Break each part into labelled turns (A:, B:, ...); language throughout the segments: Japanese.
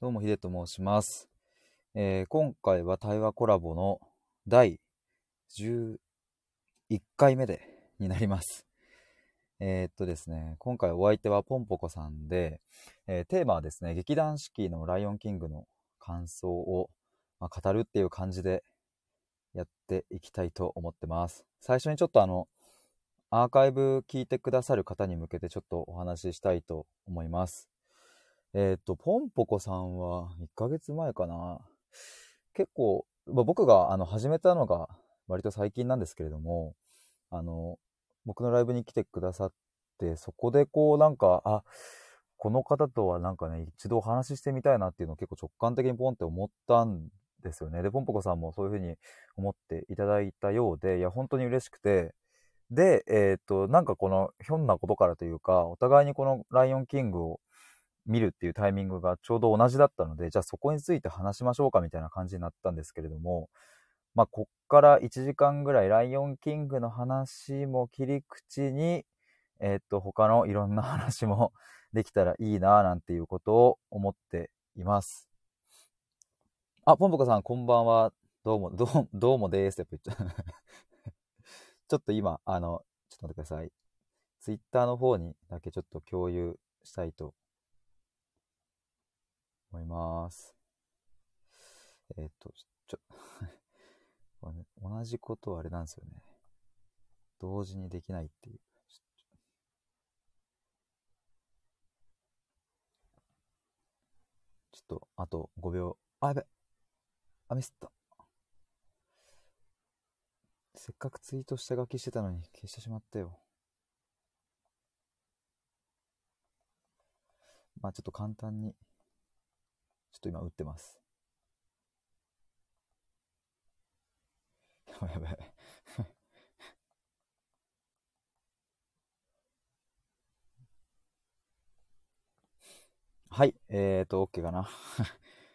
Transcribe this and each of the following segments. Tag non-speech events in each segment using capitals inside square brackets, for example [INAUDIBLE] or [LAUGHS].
A: どうも、ヒデと申します。えー今回は対話コラボの第11回目で、になります。えーっとですね、今回お相手はポンポコさんで、えーテーマはですね、劇団四季のライオンキングの感想を、まあ語るっていう感じでやっていきたいと思ってます。最初にちょっとあの、アーカイブ聞いてくださる方に向けてちょっとお話ししたいと思います。えっ、と、ポンポコさんは1ヶ月前かな。結構、まあ、僕があの始めたのが割と最近なんですけれども、あの、僕のライブに来てくださって、そこでこうなんか、あ、この方とはなんかね、一度お話ししてみたいなっていうのを結構直感的にポンって思ったんですよね。で、ポンポコさんもそういうふうに思っていただいたようで、いや、本当に嬉しくて、で、えっ、と、なんかこのひょんなことからというか、お互いにこのライオンキングを見るっていうタイミングがちょうど同じだったので、じゃあそこについて話しましょうかみたいな感じになったんですけれども、まあ、こっから1時間ぐらい、ライオンキングの話も切り口に、えーっと、他のいろんな話もできたらいいなぁなんていうことを思っています。あ、ポンポコさん、こんばんは。どうも、どうどうもです。やっぱ言っちゃう [LAUGHS] ちょっと今、あの、ちょっと待ってください。ツイッターの方にだけちょっと共有したいと思います。えーっと、ちょ、 [LAUGHS] これね同じことはあれなんですよね。同時にできないっていう。ちょちょっと、あと5秒。あ、やべ。あ、ミスった。せっかくツイート下書きしてたのに消してしまったよ。まあちょっと簡単にちょっと今打ってます。やばいやばい。 [LAUGHS] はい、えーと、OK かな。 [LAUGHS]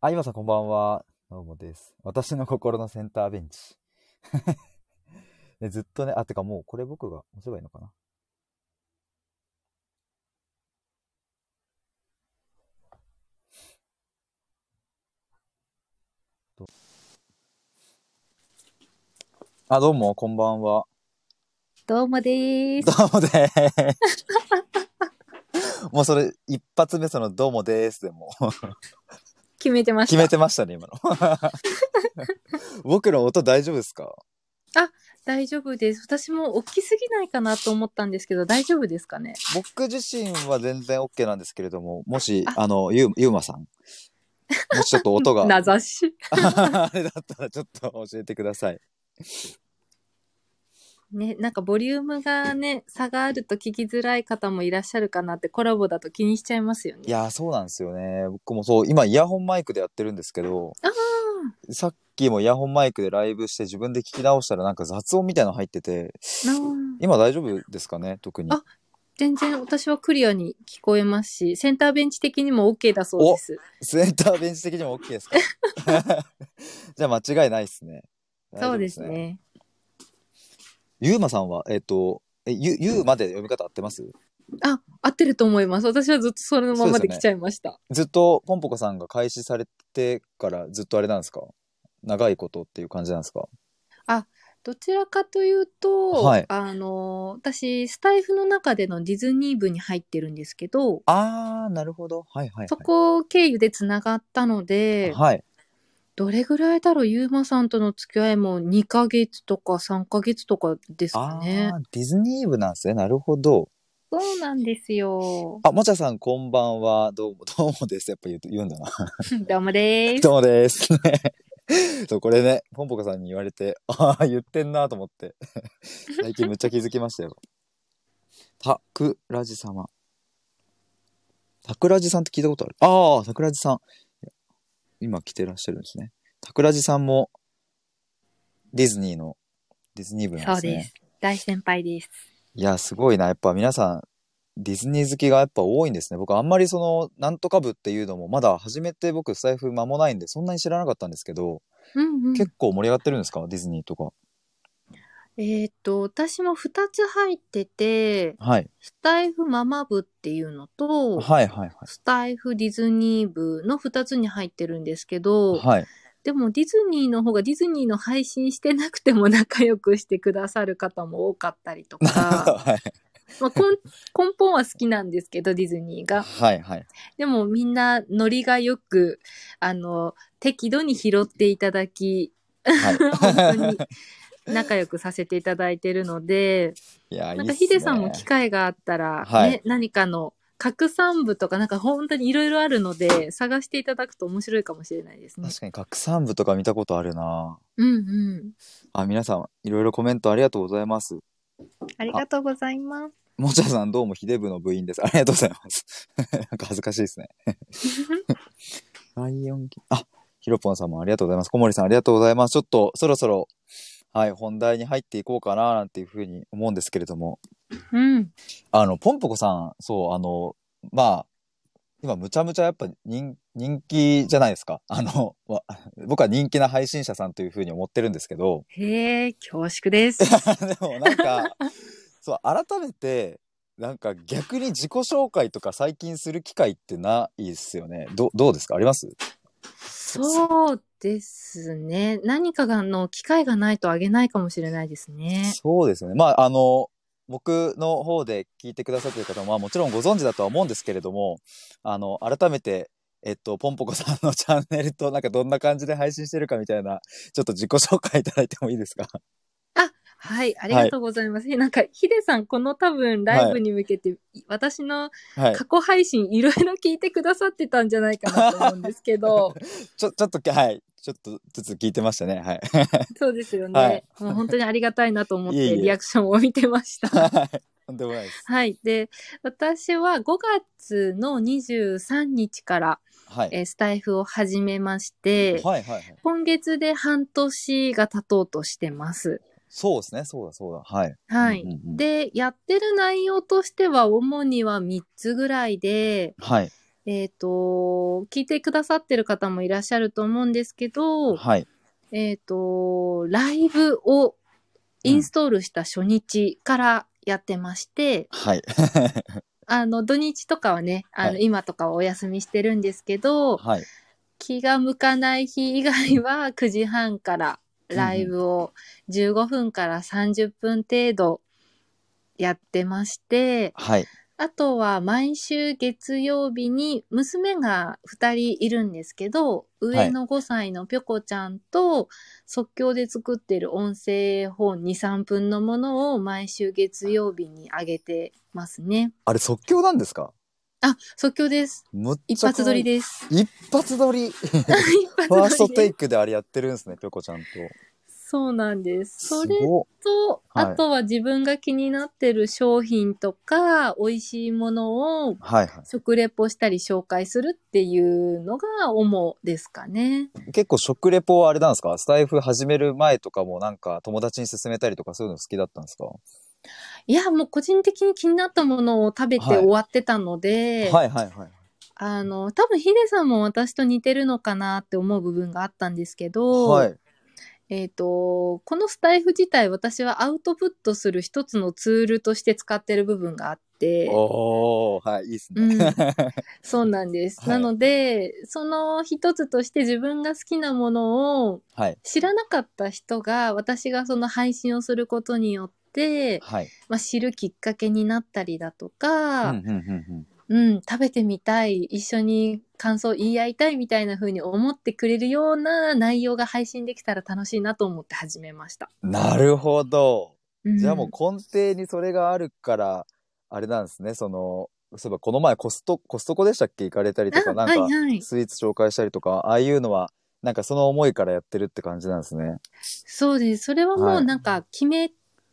A: あ、今さんこんばんは。どうもです。私の心のセンターベンチ。 [LAUGHS] でずっとね、あ、てかもうこれ僕が押せばいいのかな。あ、どうも、こんばんは。
B: どうもでー
A: ど
B: す。
A: うもでーす。もうそれ、一発目その、どうもでーすでもう、
B: 決めてま
A: 決
B: した
A: め。てましたね、今の。僕の音大丈夫ですか
B: 大丈夫です。私も大きすぎないかなと思ったんですけど、大丈夫ですかね。
A: 僕自身は全然 OK なんですけれども、もし、あの、ゆうゆうまさん、もしちょっと音が、
B: 名指し。
A: あれだったらちょっと教えてください。
B: ね、なんかボリュームがね、差があると聞きづらい方もいらっしゃるかなって、コラボだと気にしちゃいますよね。
A: いやー、そうなんですよね。僕もそう、今イヤホンマイクでやってるんですけど、
B: あー
A: さっきもイヤホンマイクでライブして自分で聞き直したらなんか雑音みたいなの入ってて、
B: なー
A: 今大丈夫ですかね、特に。
B: あ全然私はクリアに聞こえますし、センターベンチ的にも OK だそうです。
A: センターベンチ的にも OK ですか [LAUGHS] じゃあ間違いないですね。
B: そうです。ね。
A: ゆうまさんは、えっ、と、えゆ、ゆうまで読み方合ってます
B: あ、合ってると思います。私はずっとそれのままで来ちゃいました。
A: ずっとポンポコさんが開始されてからずっとあれなんですか長いことっていう感じなんですか
B: どちらかというと、
A: はい
B: あの私スタイフの中でのディズニー部に入ってるんですけど、
A: あー、なるほど。はいはい、
B: そ
A: は
B: こ経由でつながったの
A: い。
B: で、
A: はい。
B: どれぐらいだろうゆうまさんとの付き合いも2ヶ月とか3ヶ月とかです
A: あ
B: かね。
A: ー、ディズニー部なんですね。なるほど。
B: そうなんです [LAUGHS] よ。
A: あ、もちゃさんこんばんは。どうも、どうもです。やっぱ言う言うんだな。
B: どうもでーす
A: ど。うもです。 [LAUGHS] そう、これね、ポンポコさんに言われて、 [LAUGHS] ああ、言ってんなと思って。 [LAUGHS] 最近むっちゃ気づきましたよ。たくらじ様。たくらじさんって聞いたことあるああ、たくらじさん。今来てらっしゃるんですね。たくらじさんも、ディズニーの、ディズニー部なん
B: そ
A: で
B: う
A: すね。
B: です。大先輩です。
A: いや、すごいな。やっぱ皆さん、ディズニー好きがやっぱ多いんですね。僕、あんまりその、なんとか部っていうのも、まだ始めて僕、スタイフ間もないんで、そんなに知らなかったんですけど、
B: うんうん。
A: 結構盛り上がってるんですかディズニーとか。
B: えーっと、私も2つ入ってて、
A: はい。
B: スタイフママ部っていうのと、
A: はいはい
B: スタイフディズニー部の2つに入ってるんですけど、
A: はい。はい。
B: でもディズニーの方がディズニーの配信してなくても仲良くしてくださる方も多かったりとか、
A: [LAUGHS] はい。
B: まあ、こん根本は好きなんですけど、ディズニーが。
A: はいはい。
B: でもみんなノリがよく、あの、適度に拾っていただき、 [LAUGHS] 本当
A: は
B: に仲良くさせていただいてるので、
A: [LAUGHS] い。いや、いい
B: な
A: っ
B: ん
A: す
B: か
A: ね。
B: ヒデさんも機会があったら、ね
A: はい
B: 何かの拡散部とかなんか本当にいろいろあるので、探していただくと面白いかもしれないですね。
A: 確かに、拡散部とか見たことあるな
B: うんうん。
A: あ、皆さん、いろいろコメントありがとうございます。
B: ありがとうございます。
A: もちゃさん、どうもヒデ部の部員です。ありがとうございます。 [LAUGHS] なんか恥ずかしいですね。ライオンキングあ、ヒロポンさんもありがとうございます。小森さんありがとうございます。ちょっとそろそろ、はい、本題に入っていこうかななんていうふうに思うんですけれども、
B: うん。
A: あの、ポンポコさん、そう、あの、まあ、今、むちゃむちゃやっぱ人人気じゃないですか。あの、わ僕は人気な配信者さんというふうに思ってるんですけど、 [LAUGHS]
B: へえ、恐縮です。
A: でもなんか、そう、改めて、なんか逆に自己紹介とか最近する機会ってないっすよね。どどうですかあります
B: そうですね。何かがの機会がないとあげないかもしれないですね。
A: そうですね。まあ、あの、僕の方で聞いてくださっている方も、まあ、もちろんご存知だとは思うんですけれども、あの、改めて、えっと、ポンポコさんのチャンネルと、なんかどんな感じで配信してるかみたいな、ちょっと自己紹介いただいてもいいですか [LAUGHS]
B: はい、ありがとうございます。なんか、ヒデさん、この多分ライブに向けて、私の
A: はい。
B: 過去配信いろいろ聞いてくださってたんじゃないかなと思うんですけど、
A: ちょ、ちょっと、はい。ちょっとずつ聞いてましたね。はい。 [LAUGHS]
B: そうですよね。
A: はい
B: もう本当にありがたいなと思っ
A: いえ
B: て
A: いえ
B: リアクションを見てました。 [LAUGHS]
A: はい。とんでもないです。
B: はい。で、私は5月の23日から、
A: はい。
B: えースタイフを始めまして、
A: はいはいはい。
B: 今月で半年が経とうとしてます。
A: そうですね。そうだそうだ。はい。
B: はい。
A: うんうんうん
B: で、やってる内容としては、主には3つぐらいで、
A: はい。
B: えっ、と、聞いてくださってる方もいらっしゃると思うんですけど、
A: はい。
B: えっ、と、ライブをインストールした初日からやってまして、
A: はい。
B: あの、土日とかはね、あの、
A: は
B: 今とかはお休みしてるんですけど、
A: はい。
B: 気が向かない日以外は9時半からライブを15分から30分程度やってまして、
A: はい。
B: あとは毎週月曜日に娘が2人いるんですけど、上の5歳のぴょこちゃんと即興で作ってる音声本2、3分のものを毎週月曜日に上げてますね。
A: あれ、即興なんですか
B: あ、即興です。
A: むっちゃ
B: 一発撮りです。
A: 一発撮りフ
B: [LAUGHS] 一発
A: ァースト
B: 撮り
A: テ
B: で
A: イクであれやってるん
B: [LAUGHS]
A: ですね、ぴょこちゃんと。
B: す。そうなんです。そ
A: す
B: れ
A: ごっ
B: と、
A: はい
B: あとは自分が気になってる商品とか、美味しいものを
A: はいは
B: 食レポしたり紹介するっていうのが主ですかね。
A: い。結構食レポはあれなんですかスタイフ始める前とかもなんか友達に勧めたりとかそういうの好きだったんですか、
B: いや、もう個人的に気になったものを食べて
A: はい
B: 終わってたので、
A: はいはいはい。
B: あの、多分ヒデさんも私と似てるのかなって思う部分があったんですけど、
A: はい。
B: えっ、と、このスタイフ自体私はアウトプットする一つのツールとして使ってる部分があって、
A: おー、はい、いいっす
B: う
A: ね。 [LAUGHS]
B: ん、そうなんです。
A: はい
B: なので、その一つとして自分が好きなものを
A: はい。
B: 知らなかった人が私がその配信をすることによって、
A: はい。
B: まあ、知るきっかけになったりだと
A: うん
B: か、
A: うんうん
B: うん、食べてみたい、一緒に感想言い合いたいみたいな風に思ってくれるような内容が配信できたら楽しいなと思って始めました。
A: うん。なるほど。
B: ん
A: じゃあもう根底にそれがあるから、あれなんですね、その、そういえばこの前コスト、コストコでしたっけ行かれたりとか、
B: あ
A: なん
B: はい
A: か
B: はい。
A: スイーツ紹介したりとか、ああいうのは、なんかその思いからやってるって感じなんですね。
B: そうです。それは
A: は
B: もう
A: い
B: なんか決め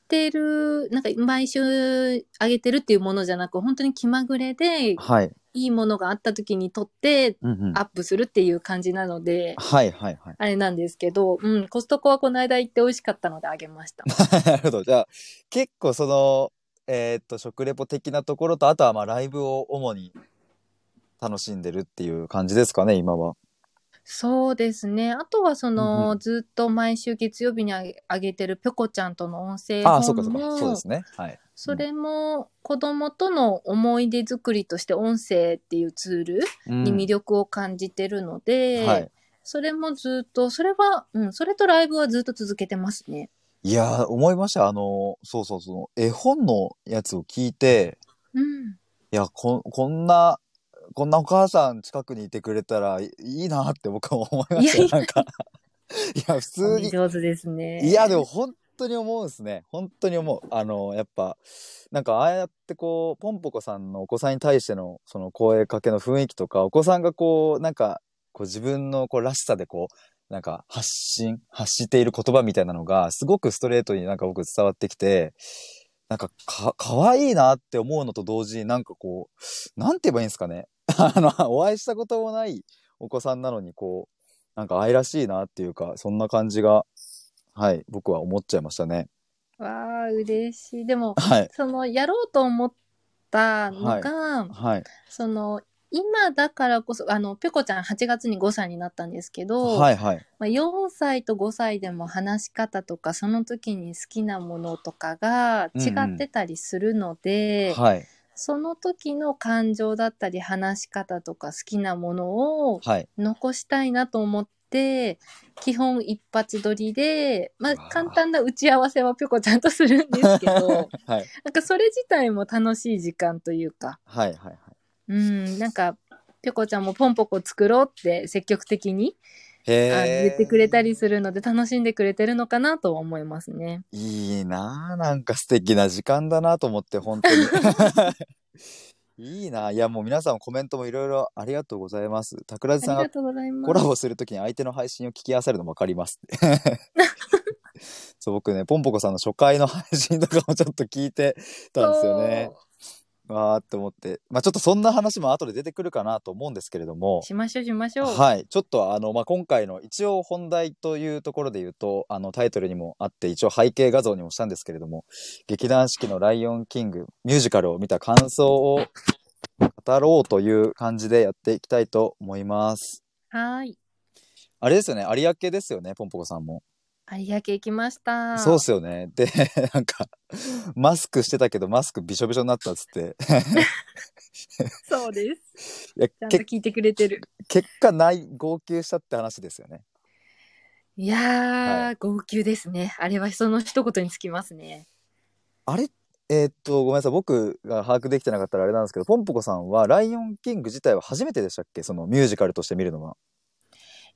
B: てる、なんか毎週上げてるっていうものじゃなく、本当に気まぐれで、い
A: はい。
B: いものがあった時に撮って
A: うんうん
B: アップするっていう感じなので、
A: はいはいはい。 [LAUGHS]
B: あれなんですけど、うん、コストコはこの間行って美味しかったのであげ
A: [LAUGHS]
B: ました。
A: なるほど。じゃあ、結構その、えーっと、食レポ的なところと、あとはまあライブを主に楽しんでるっていう感じですかね、今は。
B: そうですね。あとはその、
A: うんう
B: ずっと毎週月曜日にあげあげてるぴょこちゃんとの音声
A: ああ、
B: 本も
A: そうかそうか。そうですね。はい。
B: それも子供との思い出作りとして音声っていうツール
A: うん
B: に魅力を感じてるので、
A: はい。
B: それもずっと、それは、うん、それとライブはずっと続けてますね。
A: いやー、思いました。あの、そうそうそう。絵本のやつを聞いて、
B: うん。
A: いや、こ、こんな、こんなお母さん近くにいてくれたらいいいなって僕は思いました
B: いやい
A: よ。
B: や
A: なんか。 [LAUGHS] いや、普通に。
B: 上手ですね。
A: いや、でも本当に思うんですね。本当に思う。あの、やっぱ、なんかああやってこう、ポンポコさんのお子さんに対しての、その声かけの雰囲気とか、お子さんがこう、なんか、こう自分のこうらしさでこう、なんか発信、発している言葉みたいなのが、すごくストレートになんか僕伝わってきて、なんかか、かわいいなって思うのと同時になんかこう、なんて言えばいいんですかね。 [LAUGHS] あの、お会いしたこともないお子さんなのにこう、なんか愛らしいなっていうか、そんな感じが、はい、僕は思っちゃいましたね。
B: わあ、嬉しい。でも、
A: はい。
B: その、やろうと思ったのが、
A: はい。
B: その、今だからこそ、あの、ぴょこちゃん8月に5歳になったんですけど、
A: はい、はい。
B: まあ、4歳と5歳でも話し方とかその時に好きなものとかが違ってたりするので、
A: はい。
B: その時の感情だったり話し方とか好きなものを
A: はい。
B: 残したいなと思って基本一発撮りで、まあ、
A: わあ
B: 簡単な打ち合わせはぴょこちゃんとするんですけ
A: [LAUGHS]
B: ど
A: はい。
B: なんかそれ自体も楽しい時間というか、
A: はい。はい。はい
B: うん、なんかぴょこちゃんもポンポコ作ろうって積極的に
A: へ
B: あの
A: え。
B: 言ってくれたりするので楽しんでくれてるのかなとは思いますね。
A: いいなあなんか素敵な時間だなと思って、本当に。 [LAUGHS] いいなあいや、もう皆さんコメントもいろいろありがとうございます。桜
B: あ
A: 地
B: り
A: さんが
B: がとうございます。
A: コラボするときに相手の配信を聞き合わせるの分かります。 [LAUGHS] そう、僕ね、ポンポコさんの初回の配信とかもちょっと聞いてたんですよね。わーって思って。まあちょっとそんな話も後で出てくるかなと思うんですけれども
B: そう。。しましょうしましょう。
A: はい。ちょっとあの、まあ、今回の一応本題というところで言うと、あのタイトルにもあって、一応背景画像にもしたんですけれども、劇団四季のライオンキングミュージカルを見た感想を語ろうという感じでやっていきたいと思います。
B: はーい。
A: あれですよね。有明ですよね、ポンポコさんも。
B: 有明行きました。
A: そうっすよね。で、なんか、マスクしてたけど、マスクびしょびしょになったっつって。
B: そうです。
A: いや
B: ちゃんと
A: け
B: 聞いてくれてる。
A: 結果ない、号泣したって話ですよね。
B: いやー、
A: は
B: 号泣ですね。あれはその一言につきますね。
A: あれえーっと、ごめんなさい。僕が把握できてなかったらあれなんですけど、ポンポコさんは、ライオンキング自体は初めてでしたっけそのミュージカルとして見るのは。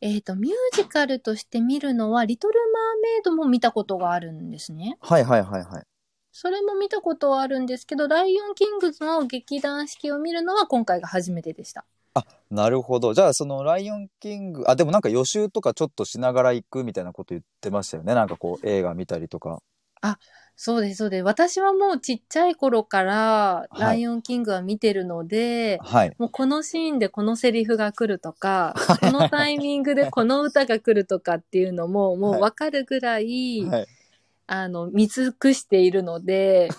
B: えっ、と、ミュージカルとして見るのは、リトル・マーメイドも見たことがあるんですね。
A: はいはいはいはい。
B: それも見たことはあるんですけど、ライオン・キングズの劇団四季を見るのは今回が初めてでした。
A: なるほど。じゃあ、そのライオンキング、あ、でもなんか予習とかちょっとしながら行くみたいなこと言ってましたよね。なんかこう、映画見たりとか。
B: そうです、そうです。私はもうちっちゃい頃から、
A: い
B: ライオンキングは見てるので、
A: はい。
B: もうこのシーンでこのセリフが来ると [LAUGHS] か、このタイミングでこの歌が来るとかっていうのも、もうわかるぐらい、
A: はい。
B: あの、見尽くしているの [LAUGHS] で、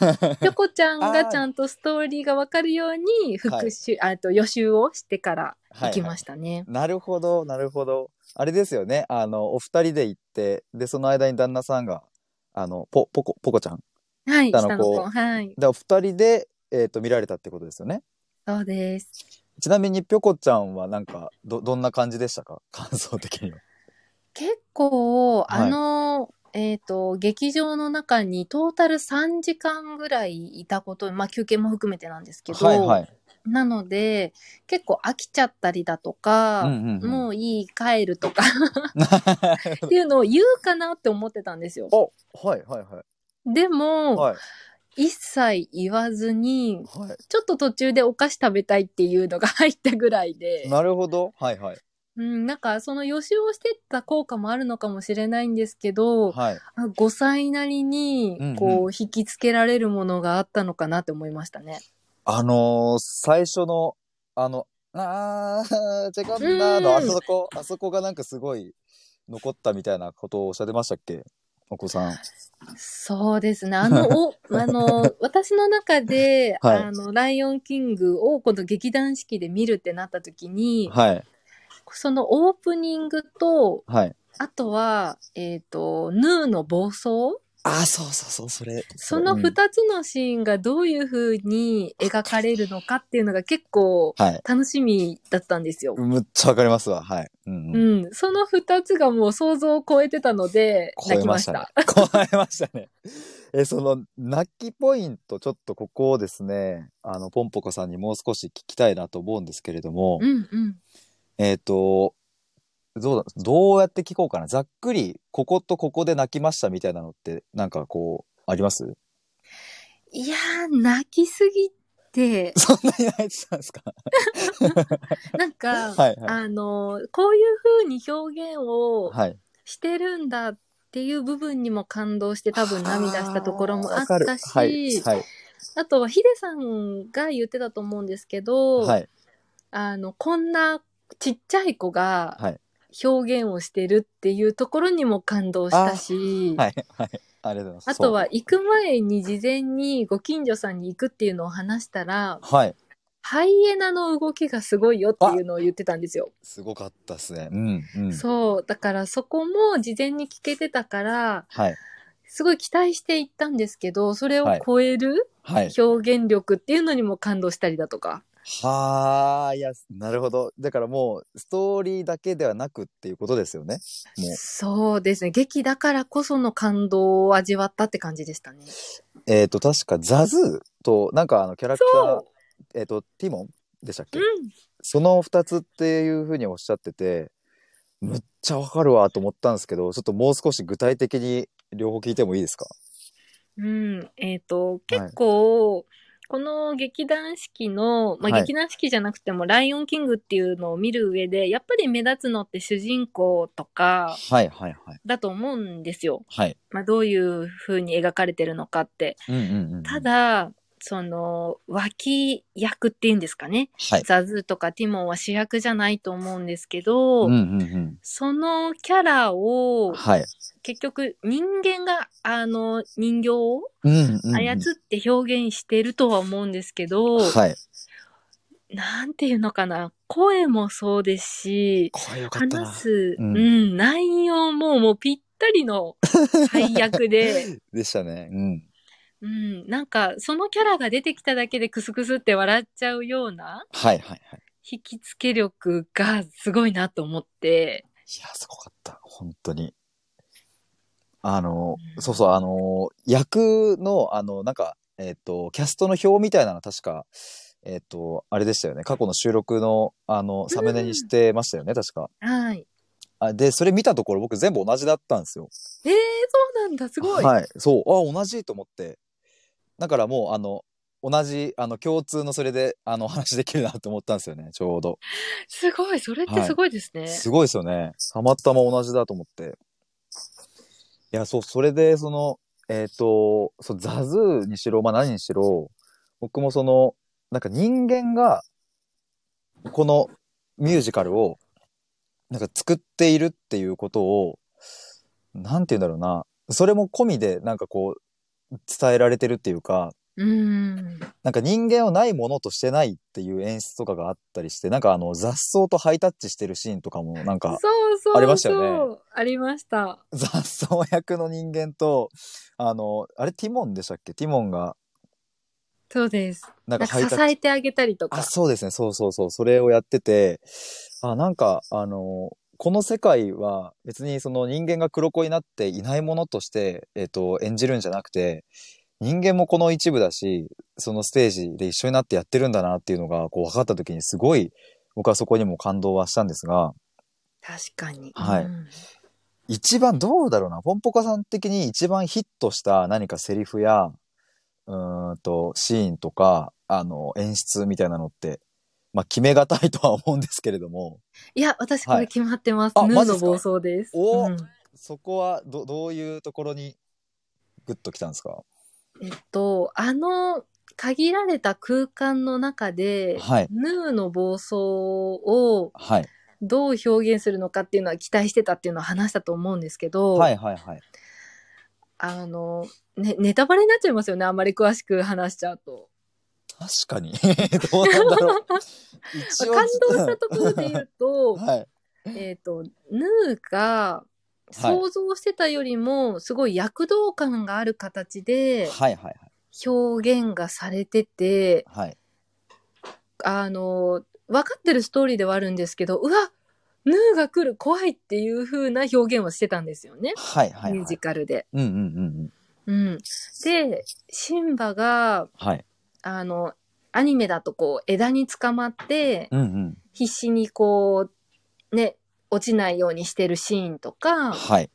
B: ぴょこちゃん
A: あ
B: が
A: ー
B: ちゃんとストーリーがわかるように、復習、あと予習をしてから行きましたね。
A: なるほど、なるほど。あれですよね。あの、お二人で行って、で、その間に旦那さんが、あの、ポ、ポコ、ポコちゃん。
B: はい、
A: 下
B: 下
A: の
B: の
A: 子
B: 子。はい。
A: で、お二人で、えーっと、見られたってことですよね。
B: そうです。
A: ちなみにぴょこちゃんはなんかどどんな感じでしたか [LAUGHS] 感想的には。
B: 結構、
A: はい
B: あの、えっ、と、劇場の中にトータル3時間ぐらいいたこと、まあ休憩も含めてなんですけど、
A: はいはい。
B: なので、結構飽きちゃったりだとか、
A: んんん
B: もういい、帰る
A: [LAUGHS]
B: とか
A: なるほ
B: っていうのを言うかなって思ってたんですよ。
A: どおはいはいは
B: で
A: い。
B: も、
A: はい
B: 一切言わずに、
A: は
B: ちょっと途中でお菓子食べたいっていうのが入ったぐらいで
A: い。、なるほど。はいはい。
B: うん、なんかその予習をしてた効果もあるのかもしれないんですけど、
A: はい。
B: あ5歳な
A: う
B: り
A: んうん
B: に、こう、引きつけられるものがあったのかなって思いましたね。
A: あのー、最初のあの「あー [LAUGHS] チェコンだ」のあ
B: うん
A: そこあそこがなんかすごい残ったみたいなことをおっしゃってましたっけお子さん。
B: そうですね。あの、
A: [LAUGHS]
B: お、あの、私の中で、
A: はい
B: あの、ライオンキングをこの劇団四季で見るってなった時に、
A: はい。
B: そのオープニングと、
A: はい。
B: あとは、えっ、と、ヌーの暴走
A: あ、そうそうそう、それ。
B: その
A: うん
B: 二つのシーンがどういう風に描かれるのかっていうのが結構
A: はい。
B: 楽しみだったんですよ。
A: むっちゃわかりますわ。はい。うん
B: う
A: うん。
B: ん、その二つがもう想像を超えてたので、
A: 超
B: 泣
A: え
B: き
A: ま
B: ま
A: し
B: した
A: ね [LAUGHS]
B: た。。
A: 超えましたね。え、その、泣きポイント、ちょっとここをですね、あの、ポンポコさんにもう少し聞きたいなと思うんですけれども、
B: うんうん。
A: えっ、と、どうだ、どうやって聞こうかな。ざっくり、こことここで泣きましたみたいなのって、なんかこう、あります
B: [LAUGHS] いやー、泣きすぎて、
A: そんなに泣いてたんですか
B: なんか、
A: はいはい。
B: あの、こういう風に表現を
A: はい。
B: してるんだっていう部分にも感動して多分涙したところもあっ
A: わか
B: た
A: る
B: し、
A: はい。はい。
B: あとはヒデさんが言ってたと思うんですけど、
A: はい。
B: あの、こんなちっちゃい子が
A: はい
B: 表現をしてるっていうところにも感動したし、
A: はい。はい。ありがとうございます。
B: あとは行く前に事前にご近所さんに行くっていうのを話したら、
A: そう、はい。
B: ハイエナの動きがすごいよっていうのを言ってたんですよ。
A: すごかったですね。うん。うん。
B: そう。だからそこも事前に聞けてたから、
A: はい。
B: すごい期待して行ったんですけど、それを超える
A: はい。
B: 表現力っていうのにも感動したりだとか。
A: はあ、いや、なるほど。だからもう、ストーリーだけではなくっていうことですよね。もう。
B: そうですね。劇だからこその感動を味わったって感じでしたね。
A: えっ、と、確か、ザズーと、なんかあの、キャラクター
B: そ、
A: えっ、と、ティモンでしたっけ
B: う。うん。
A: その二つっていうふうにおっしゃってて、むっちゃわかるわと思ったんですけど、ちょっともう少し具体的に両方聞いてもいいですか
B: うん、えっ、と、
A: はい
B: 結構、この劇団四季の、まあ、
A: はい
B: 劇団四季じゃなくても、ライオンキングっていうのを見る上で、やっぱり目立つのって主人公とか
A: はいはいはい。
B: だと思うんですよ。
A: はい。
B: まあ、どういう風に描かれてるのかって。
A: うんうんうん。
B: た、だ、その、脇役っていうんですかね。
A: はい。
B: ザズーとかティモンは主役じゃないと思うんですけど、
A: うんうんうん。
B: そのキャラを、
A: はい。
B: 結局人間が、あの、人形を
A: うんうん、うん。
B: 操って表現してるとは思うんですけど、
A: はい。
B: なんていうのかな、声もそうですし、
A: これよかったな
B: 話。す、
A: う
B: うんん、内容ももうぴった
A: [LAUGHS]
B: りの配役で、
A: でしたね。うん。
B: うん、なんかそのキャラが出てきただけでクスクスって笑っちゃうような
A: はいはいはい。
B: 引きつけ力がすごいなと思って、
A: いや、すごかった。本当に。あの、
B: うん
A: そうそう、あの、役の、あの、なんか、えっ、と、キャストの表みたいなの確か、えっ、と、あれでしたよね。過去の収録の、あの、サムネにしてましたよね、確か。
B: はい。
A: あで、それ見たところ僕全部同じだったんですよ。
B: えー、そうなんだ、すごい。
A: はい。そう。あ、同じと思って。だからもう、あの、同じ、あの、共通のそれで、あの、お話できるなと思ったんですよね、ちょうど。
B: すごい、それってすごいですね。
A: すごいですよね。たまたま同じだと思って。いや、そう、それで、その、えっ、と、そう、ザズーにしろ、まあ何にしろ、僕もその、なんか人間が、このミュージカルを、なんか作っているっていうことを、なんて言うんだろうな。それも込みで、なんかこう、伝えられてるっていうか、
B: うん。
A: なんか人間をないものとしてないっていう演出とかがあったりして、なんかあの雑草とハイタッチしてるシーンとかも、なん
B: そう
A: か
B: そうそう。
A: ありましたよ
B: ね。ありました。
A: [LAUGHS] 雑草役の人間と、あの、あれティモンでしたっけティモンが、
B: そうです。
A: なん
B: な
A: かハ
B: んか
A: イタ
B: 支
A: ッチ。
B: えてあげたりと
A: あ、
B: か。
A: そうですね。そうそうそう。それをやってて、あ、なんか、あの、この世界は別にその人間が黒子になっていないものとして、えっ、と、演じるんじゃなくて、人間もこの一部だし、そのステージで一緒になってやってるんだなっていうのが、こう分かった時にすごい、僕はそこにも感動はしたんですが、
B: 確かに。
A: はい
B: うん
A: 一番どうだろうな、ポンポカさん的に一番ヒットした何かセリフや、うーんと、シーンとか、あの、演出みたいなのって、まあ、決めがたいとは思うんですけれども、
B: いや、私こ
A: は
B: れ
A: い
B: 決まってます。
A: あ
B: ヌ
A: マ
B: ー
A: ジっ
B: の
A: すか
B: 暴走です。
A: お
B: うん
A: そこはど、どういうところにグッときたんですか
B: えっと、あの、限られた空間の中で、
A: はい
B: ヌーの暴走を
A: はい。
B: どう表現するのかっていうのは期待してたっていうのは話したと思うんですけど、
A: はいはいはい。
B: あの、ね、ネタバレになっちゃいますよね。あんまり詳しく話しちゃうと。
A: 確 [LAUGHS] かに。どうなんだろう。
B: 感動したところで言うと、
A: [LAUGHS] はい。
B: えっ、と、ヌーが想像してたよりも、すごい躍動感がある形で
A: はいはい
B: 表現がされてて、
A: はい。はい。
B: あの、分かってるストーリーではあるんですけど、うわヌーが来る怖いっていう風な表現をしてたんですよね。
A: はいはい、はい。
B: ミュージカルで。
A: うんうんうんうん。
B: うん。で、シンバが、
A: はい。
B: あの、アニメだとこう枝に捕まって、
A: うんうん。
B: 必死にこう、ね、落ちないようにしてるシーンとか、
A: はい。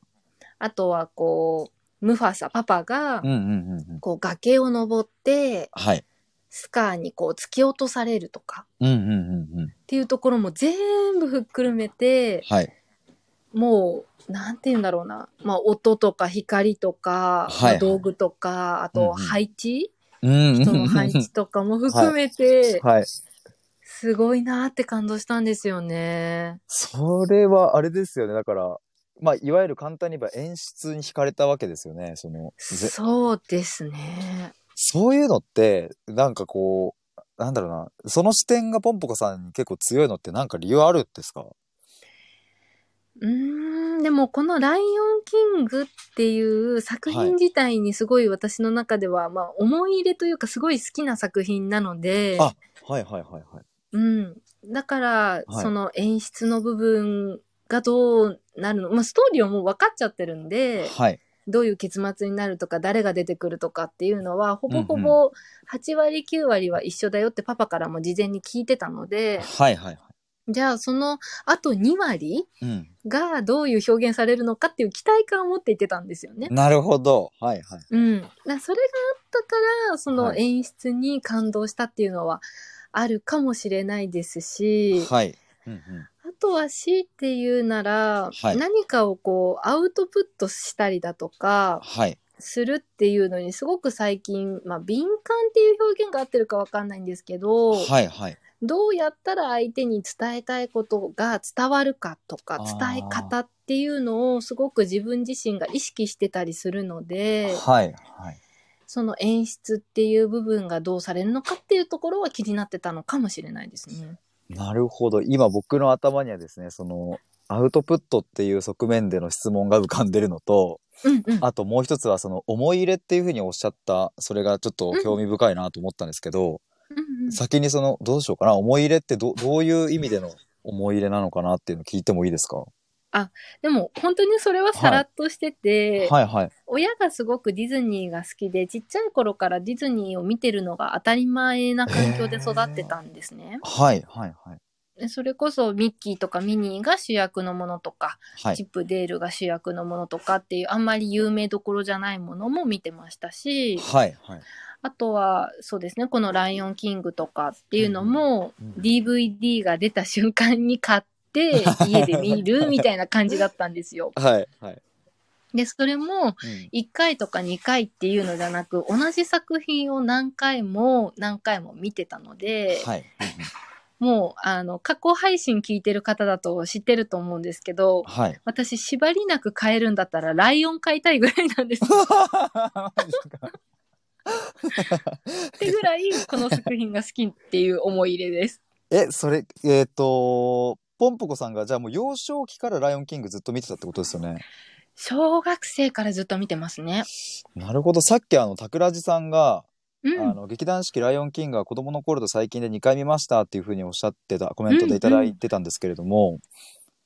B: あとはこう、ムファサ、パパが
A: う、んうんうんうん。
B: こう崖を登って、
A: はい。
B: スカーにこう突き落とされるとか、
A: うんうんうんうん。
B: っていうところも全部ふっくるめて、
A: はい。
B: もう、なんて言うんだろうな。まあ、音とか光と
A: は
B: か、
A: い
B: まあ道具と
A: う
B: か、あ
A: んう
B: と
A: ん
B: 配置、
A: うんうん
B: 人の配置とかも含め
A: [LAUGHS]
B: て、
A: はい。
B: すごいなーって感動したんですよね。
A: それはあれですよね。だから、まあ、いわゆる簡単に言えば演出に惹かれたわけですよね。その、ぜ
B: そうですね。
A: そういうのって、なんかこう、なんだろうな、その視点がポンポコさんに結構強いのってなんか理由あるんですか
B: うーん、でもこの「ライオンキング」っていう作
A: はい
B: 品自体にすごい私の中では、まあ思い入れというかすごい好きな作品なので、
A: あはいはいはいはい。
B: うん、だから
A: はい
B: その演出の部分がどうなるの、まあ、ストーリーはもう分かっちゃってるんで
A: はい。
B: どういう結末になるとか誰が出てくるとかっていうのはほぼほ
A: う
B: ぼ8割9割は一緒だよってパパからも事前に聞いてたので、
A: はいはいはい。
B: じゃあそのあと2割
A: うん。
B: がどういう表現されるのかっていう期待感を持っていってたんですよね。
A: なるほど。はいはい。
B: うん、だからそれがあったからその
A: はい
B: 演出に感動したっていうのはあるかもしれないですし、
A: はい。うんうん、
B: あとは強いて言うなら、
A: はい
B: 何かをこうアウトプットしたりだとか
A: はい。
B: するっていうのにすごく最近、まあ、敏感っていう表現が合ってるかわかんないんですけど、
A: はいはい。
B: どうやったら相手に伝えたいことが伝わるかとか
A: あー
B: 伝え方っていうのをすごく自分自身が意識してたりするので
A: はいはい。
B: その演出っていう部分がどうされるのかっていうところは気になってたのかもしれないですね。
A: なるほど。今僕の頭にはですね、その、アウトプットっていう側面での質問が浮かんでるのと、
B: うんうん、
A: あともう一つはその思い入れっていうふうにおっしゃった、それがちょっと興味深いなと思ったんですけど、
B: うんうん
A: 先にその、どうしようかな、思い入れってどどういう意味での思い入れなのかなっていうの聞いてもいいですか
B: でも本当にそれはさらっとしてて、
A: はいはい。
B: 親がすごくディズニーが好きでちっちゃい頃からディズニーを見てるのが当たり前な環境で育ってたんですね。
A: はいはいはい。
B: でそれこそミッキーとかミニーが主役のものとか、
A: はい
B: チ。ップデールが主役のものとかっていうあんまり有名どころじゃないものも見てましたし
A: はいはい。
B: あとはそうですねこの「ライオンキング」とかっていうのも
A: うんうん
B: DVD が出た瞬間に買って家で見るみたいな感じだったんで
A: [LAUGHS]
B: すよ。
A: はいはい。
B: でそれも
A: うん
B: 1回とか2回っていうのじゃなく同じ作品を何回も何回も見てたので。
A: はい。うんうん
B: もうあの過去配信聞いてる方だと知ってると思うんですけど [LAUGHS]
A: はい。
B: 私縛りなく買えるんだったらライオン買いたいぐらいなんです [LAUGHS] ってぐらいこの作品が好きっていう思い入れです。
A: え、それ、えっ、と、ポンポコさんが、じゃあもう幼少期からライオンキングずっと見てたってことですよね。
B: 小学生からずっと見てますね。
A: なるほど。さっきあの、タクラジさんが、
B: う
A: あ
B: ん。
A: の、劇団四季ライオンキングは子供の頃と最近で2回見ましたっていうふうにおっしゃってた、コメントでいただいてたんですけれども、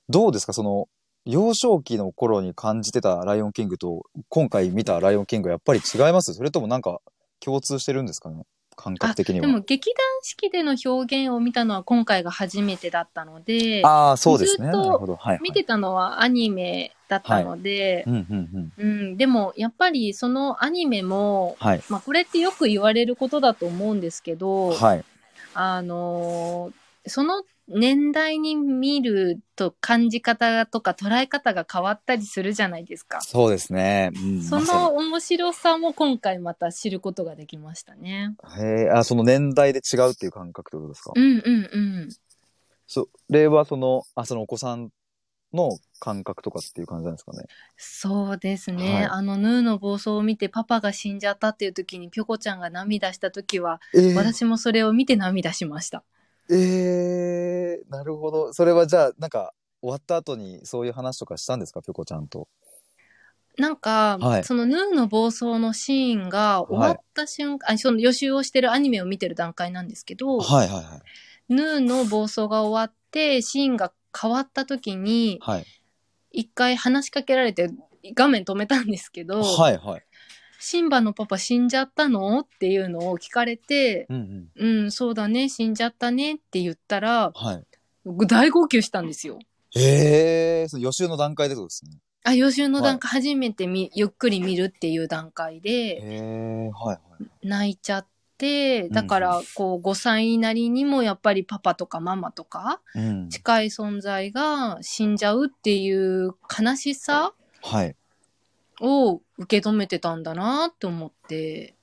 A: どうですかその、幼少期の頃に感じてたライオンキングと、今回見たライオンキングはやっぱり違いますそれともなんか共通してるんですかね感覚的に
B: で
A: は。
B: も劇団四季での表現を見たのは今回が初めてだったので、
A: ああ、そうですね。
B: ずっと
A: なるほど。はい、はい。
B: 見てたのはアニメだったので、
A: うんうんうん。
B: うん、でもやっぱりそのアニメも、
A: はい。
B: まあ、これってよく言われることだと思うんですけど、
A: はい。
B: あのーその年代に見ると感じ方とか捉え方が変わったりするじゃないですか。
A: そうですね。うん、
B: そ
A: まさに
B: の面白さも今回また知ることができましたね。
A: へえ、あ、その年代で違うっていう感覚ってことですか、
B: うんうんうん。
A: それはその、あ、そのお子さんの感覚とかっていう感じなんですかね。
B: そうですね。
A: はい
B: あの、ヌーの暴走を見てパパが死んじゃったっていう時にピョコちゃんが涙した時は、
A: えー
B: 私もそれを見て涙しました。
A: えーなるほど。それはじゃあ、なんか、終わった後にそういう話とかしたんですかぴょこちゃんと。
B: なんか、
A: はい
B: そのヌーの暴走のシーンが終わった瞬間、あその予習をしてるアニメを見てる段階なんですけど、
A: はいはいはい。
B: ヌーの暴走が終わって、シーンが変わった時に、
A: はい。
B: 一回話しかけられて、画面止めたんですけど、
A: はいはい。
B: シンバのパパ死んじゃったのっていうのを聞かれて、
A: うんうん。
B: うん、そうだね、死んじゃったねって言ったら、
A: はい。
B: 大号泣したんですよ。
A: ええその予習の段階でそうですね。
B: あ、予習の段階、初めてみゆっくり見るっていう段階で、
A: ええはいはい。
B: 泣いちゃって、だから、こう、5歳なりにも、やっぱりパパとかママとか、
A: うん。
B: 近い存在が死んじゃうっていう悲しさ
A: はい。
B: を受け止めてたんだなって思って、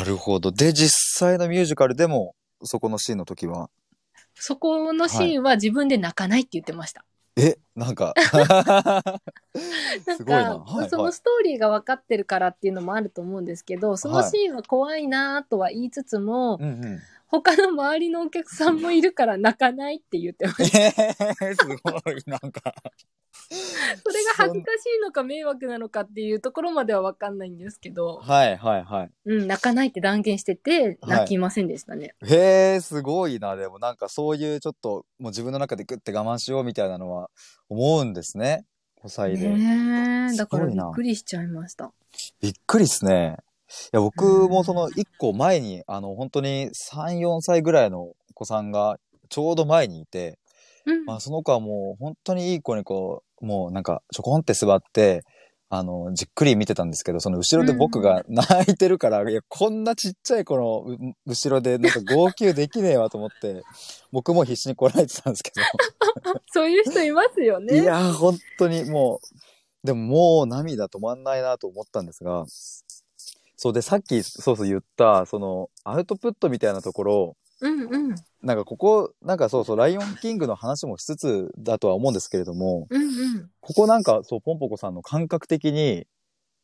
A: なるほど。で、実際のミュージカルでも、そこのシーンの時は、
B: そこのシーンは自分で泣かないって言ってました。
A: え、なんか、
B: なん
A: すご
B: か
A: いな。はい
B: そ
A: は
B: の
A: い。
B: ストーリーが分かってるからっていうのもあると思うんですけど、そのシーンは怖いなとは言いつつも、
A: うんうん。
B: 他の周りのお客さんもいるから泣かないって言
A: [LAUGHS]
B: ってました。
A: えー、すごい、なんか。
B: それが恥ずかしいのか迷惑なのかっていうところまでは分かんないんですけど、
A: はいはいはい。
B: うん、泣かないって断言してて、
A: はい
B: 泣きませんでしたね。
A: へえ、すごいな。でもなんかそういうちょっと、もう自分の中でグッて我慢しようみたいなのは思うんですね。5歳で。
B: ねえ、だから
A: すごい
B: び
A: な
B: っくりしちゃいました。
A: びっくりですね。いや、僕
B: う
A: も
B: ん
A: その1個前に、あの、本当に3、4歳ぐらいのお子さんがちょうど前にいて、
B: うん、
A: まあ、その子はもう本当にいい子にこう、もうなんかちょこんって座って、あの、じっくり見てたんですけど、その後ろで僕が泣いてるから、いや、こんなちっちゃい子のう後ろでなんか号泣できねえわと思って、僕も必死にこらえてたんですけ
B: そういう人いますよ
A: ど、い
B: ね。
A: やー、本当にもう、でももう涙止まんないなと思ったんですが、そうで、さっき、そうそう言った、その、アウトプットみたいなところを、
B: うんうん。
A: なんかここ、なんかそうそう、ライオンキングの話もしつつだとは思うんですけれども、
B: うんうん。
A: ここなんか、そう、ポンポコさんの感覚的に、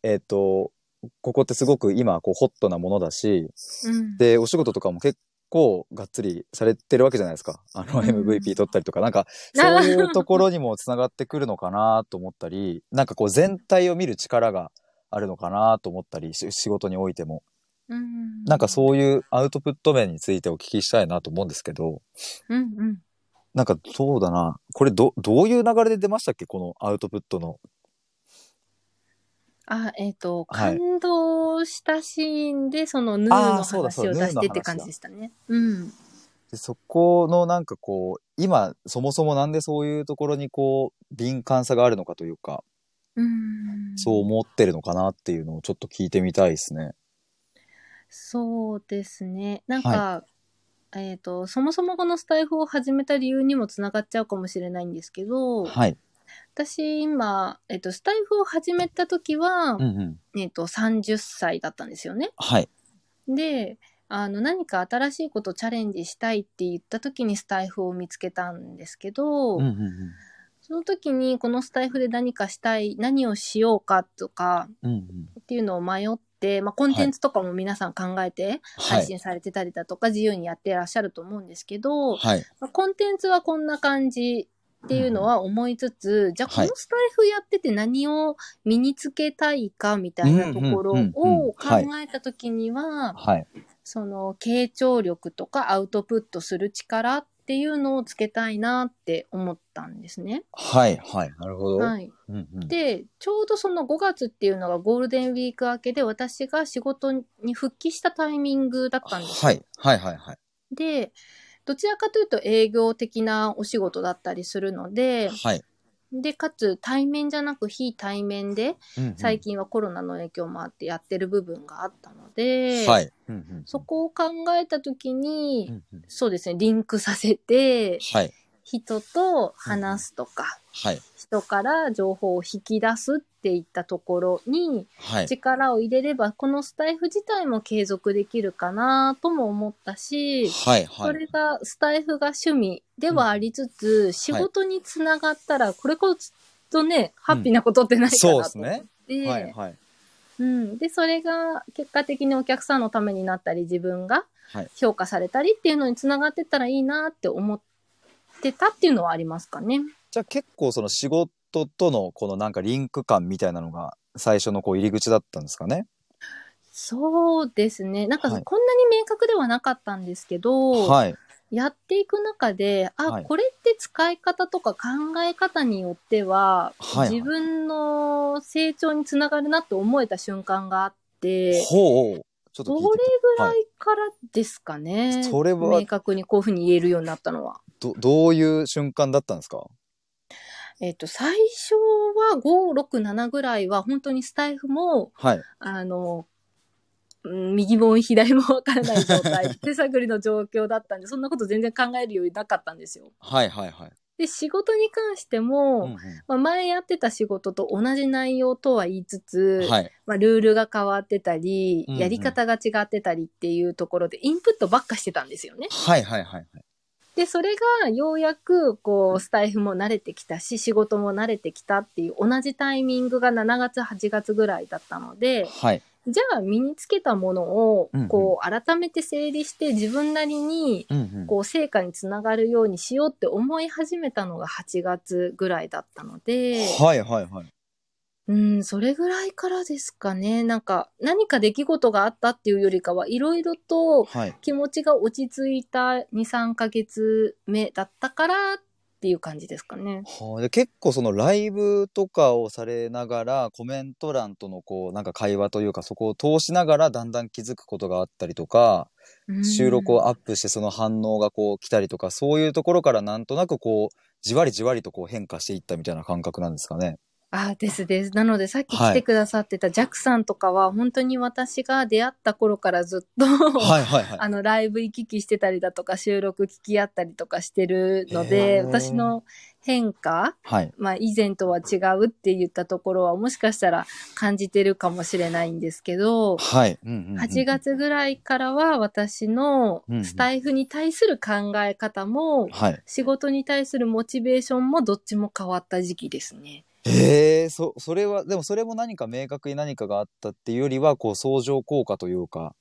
A: えっ、と、ここってすごく今、こう、ホットなものだし、
B: うん、
A: で、お仕事とかも結構、がっつりされてるわけじゃないですか。あの、
B: うん
A: MVP 取ったりとか、なんか、そういうところにもつながってくるのかなと思ったり、なんかこう、全体を見る力があるのかなと思ったり、し仕事においても。
B: うん
A: なんかそういうアウトプット面についてお聞きしたいなと思うんですけど、
B: うんうん。
A: なんかそうだな。これど、どういう流れで出ましたっけこのアウトプットの。
B: あ、えっ、と、
A: はい
B: 感動したシーンで、そのヌー
A: あー
B: の
A: そうだそ
B: 話
A: う
B: を
A: だ
B: 出し
A: ヌ
B: て
A: ーの話だ
B: って感じでしたね。うん。
A: でそこのなんかこう今そもそもなんでそういうところにこう敏感さがあるのかというか
B: うん。
A: そう思ってるのかなっていうのをちょっと聞いてみたいですね。
B: そうですね。なんか、えっ、と、そもそもこのスタイフを始めた理由にもつながっちゃうかもしれないんですけど、
A: はい。
B: 私今、えっ、と、スタイフを始めた時は
A: うん、うん。
B: えっ、と、30歳だったんですよね。
A: はい。
B: で、あの、何か新しいことをチャレンジしたいって言った時にスタイフを見つけたんですけど、
A: うんうんうん
B: その時にこのスタイフで何かしたい、何をしようかとか
A: うんうん。
B: っていうのを迷って、まあ、コンテンツとかも皆さん考えて
A: は
B: 配
A: い。
B: 信されてたりだとか自由にやってらっしゃると思うんですけど、
A: はい。
B: まあコンテンツはこんな感じっていうのは思いつつ、じゃあこ
A: はい
B: のスタイフやってて何を身につけたいかみたいなとこ
A: う
B: ろ
A: んうんうんうん
B: を考
A: はい
B: えた時には、
A: はい。
B: その傾聴力とかアウトプットする力っていうのをつけたいなって思ったんですね。
A: はい。はい。なるほど。
B: はい。
A: うんうん
B: でちょうどその5月っていうのがゴールデンウィーク明けで私が仕事に復帰したタイミングだったんです
A: は
B: よ。
A: い。はい。はい。はい。
B: でどちらかというと営業的なお仕事だったりするので
A: はい。
B: でかつ対面じゃなく非対面で
A: うんうん
B: 最近はコロナの影響もあってやってる部分があったので、
A: はい。うんうん
B: そこを考えた時に、
A: うんうん
B: そうですねリンクさせて
A: はい。
B: 人と話すとか、
A: はい。
B: 人から情報を引き出すっていったところに
A: はい。
B: 力を入れればこのスタイフ自体も継続できるかなとも思ったし、
A: はい。は
B: そ
A: い。
B: れがスタイフが趣味ではありつつ、仕事につながったらこれこそね、ハッピーなことってないか
A: そう
B: な
A: で
B: と
A: す
B: 思って
A: ね。。はい。はい。
B: うん、でそれが結果的にお客さんのためになったり自分が
A: はい
B: 評価されたりっていうのにつながってったらいいなって思ってたっていうのはありますかね。
A: じゃあ結構その仕事とのこのなんかリンク感みたいなのが最初のこう入り口だったんですかね。
B: そうですね。なんか、
A: はい
B: こんなに明確ではなかったんですけど、
A: はい。
B: やっていく中で、あ、
A: はい
B: これって使い方とか考え方によっては、
A: はいはい
B: 自分の成長につながるなって思えた瞬間があって、
A: ほう。ちょっと
B: ど
A: 聞い
B: れぐ
A: て
B: らいからですかね、
A: それは
B: 明確にこういうふうに言えるようになったのは。
A: どどういう瞬間だったんですか
B: えっと、最初は5、6、7ぐらいは本当にスタイフも、
A: はい。
B: あの、うん右も左もわからない
A: [LAUGHS]
B: 状態、手探りの状況だったんで、そんなこと全然考えるようになかったんですよ。
A: はいはいはい。
B: で、仕事に関しても、
A: うん
B: まあ、前やってた仕事と同じ内容とは言いつ
A: う
B: つ
A: ん、はい。
B: まあ、ルールが変わってたり、
A: うんうん
B: やり方が違ってたりっていうところでインプットばっかしてたんですよね。
A: はいはいはい。
B: で、それがようやく、こう、スタイフも慣れてきたし、仕事も慣れてきたっていう、同じタイミングが7月、8月ぐらいだったので、
A: はい。
B: じゃあ身につけたものを
A: うんうん、
B: こう、改めて整理して自分なりに、
A: うんうん
B: こう、成果につながるようにしようって思い始めたのが8月ぐらいだったので、
A: はいはいはい。
B: うん、それぐらいからですかね。なんか、何か出来事があったっていうよりかは、いろいろと
A: はい。
B: 気持ちが落ち着いた2、3ヶ月目だったからっていう感じですかね。
A: はあ、で結構そのライブとかをされながらコメント欄とのこうなんか会話というかそこを通しながらだんだん気づくことがあったりとか収録を
B: あ
A: アップしてその反応がこう来たりとかそういうところからなんとなくこうじわりじわりとこう変化していったみたいな感覚なんですかね。
B: あ、ですです。なので、さっき
A: は
B: 来
A: い
B: てくださってたジャックさんとかは、本当に私が出会った頃からずっと、
A: はいはいはい。
B: [LAUGHS] あの、ライブ行き来してたりだとか、収録聞き合ったりとかしてるの
A: へ
B: で、
A: ー
B: 私の変化
A: はい。
B: まあ、以前とは違うって言ったところはもしかしたら感じてるかもしれないんですけど、
A: はい。うんうんうん
B: 8。月ぐらいからは私の
A: うんうん
B: スタイフに対する考え方も、
A: はい。
B: 仕事に対するモチベーションもどっちも変わった時期ですね。
A: へえ、そ、それは、でもそれも何か明確に何かがあったっていうよりは、こう相乗効果というか、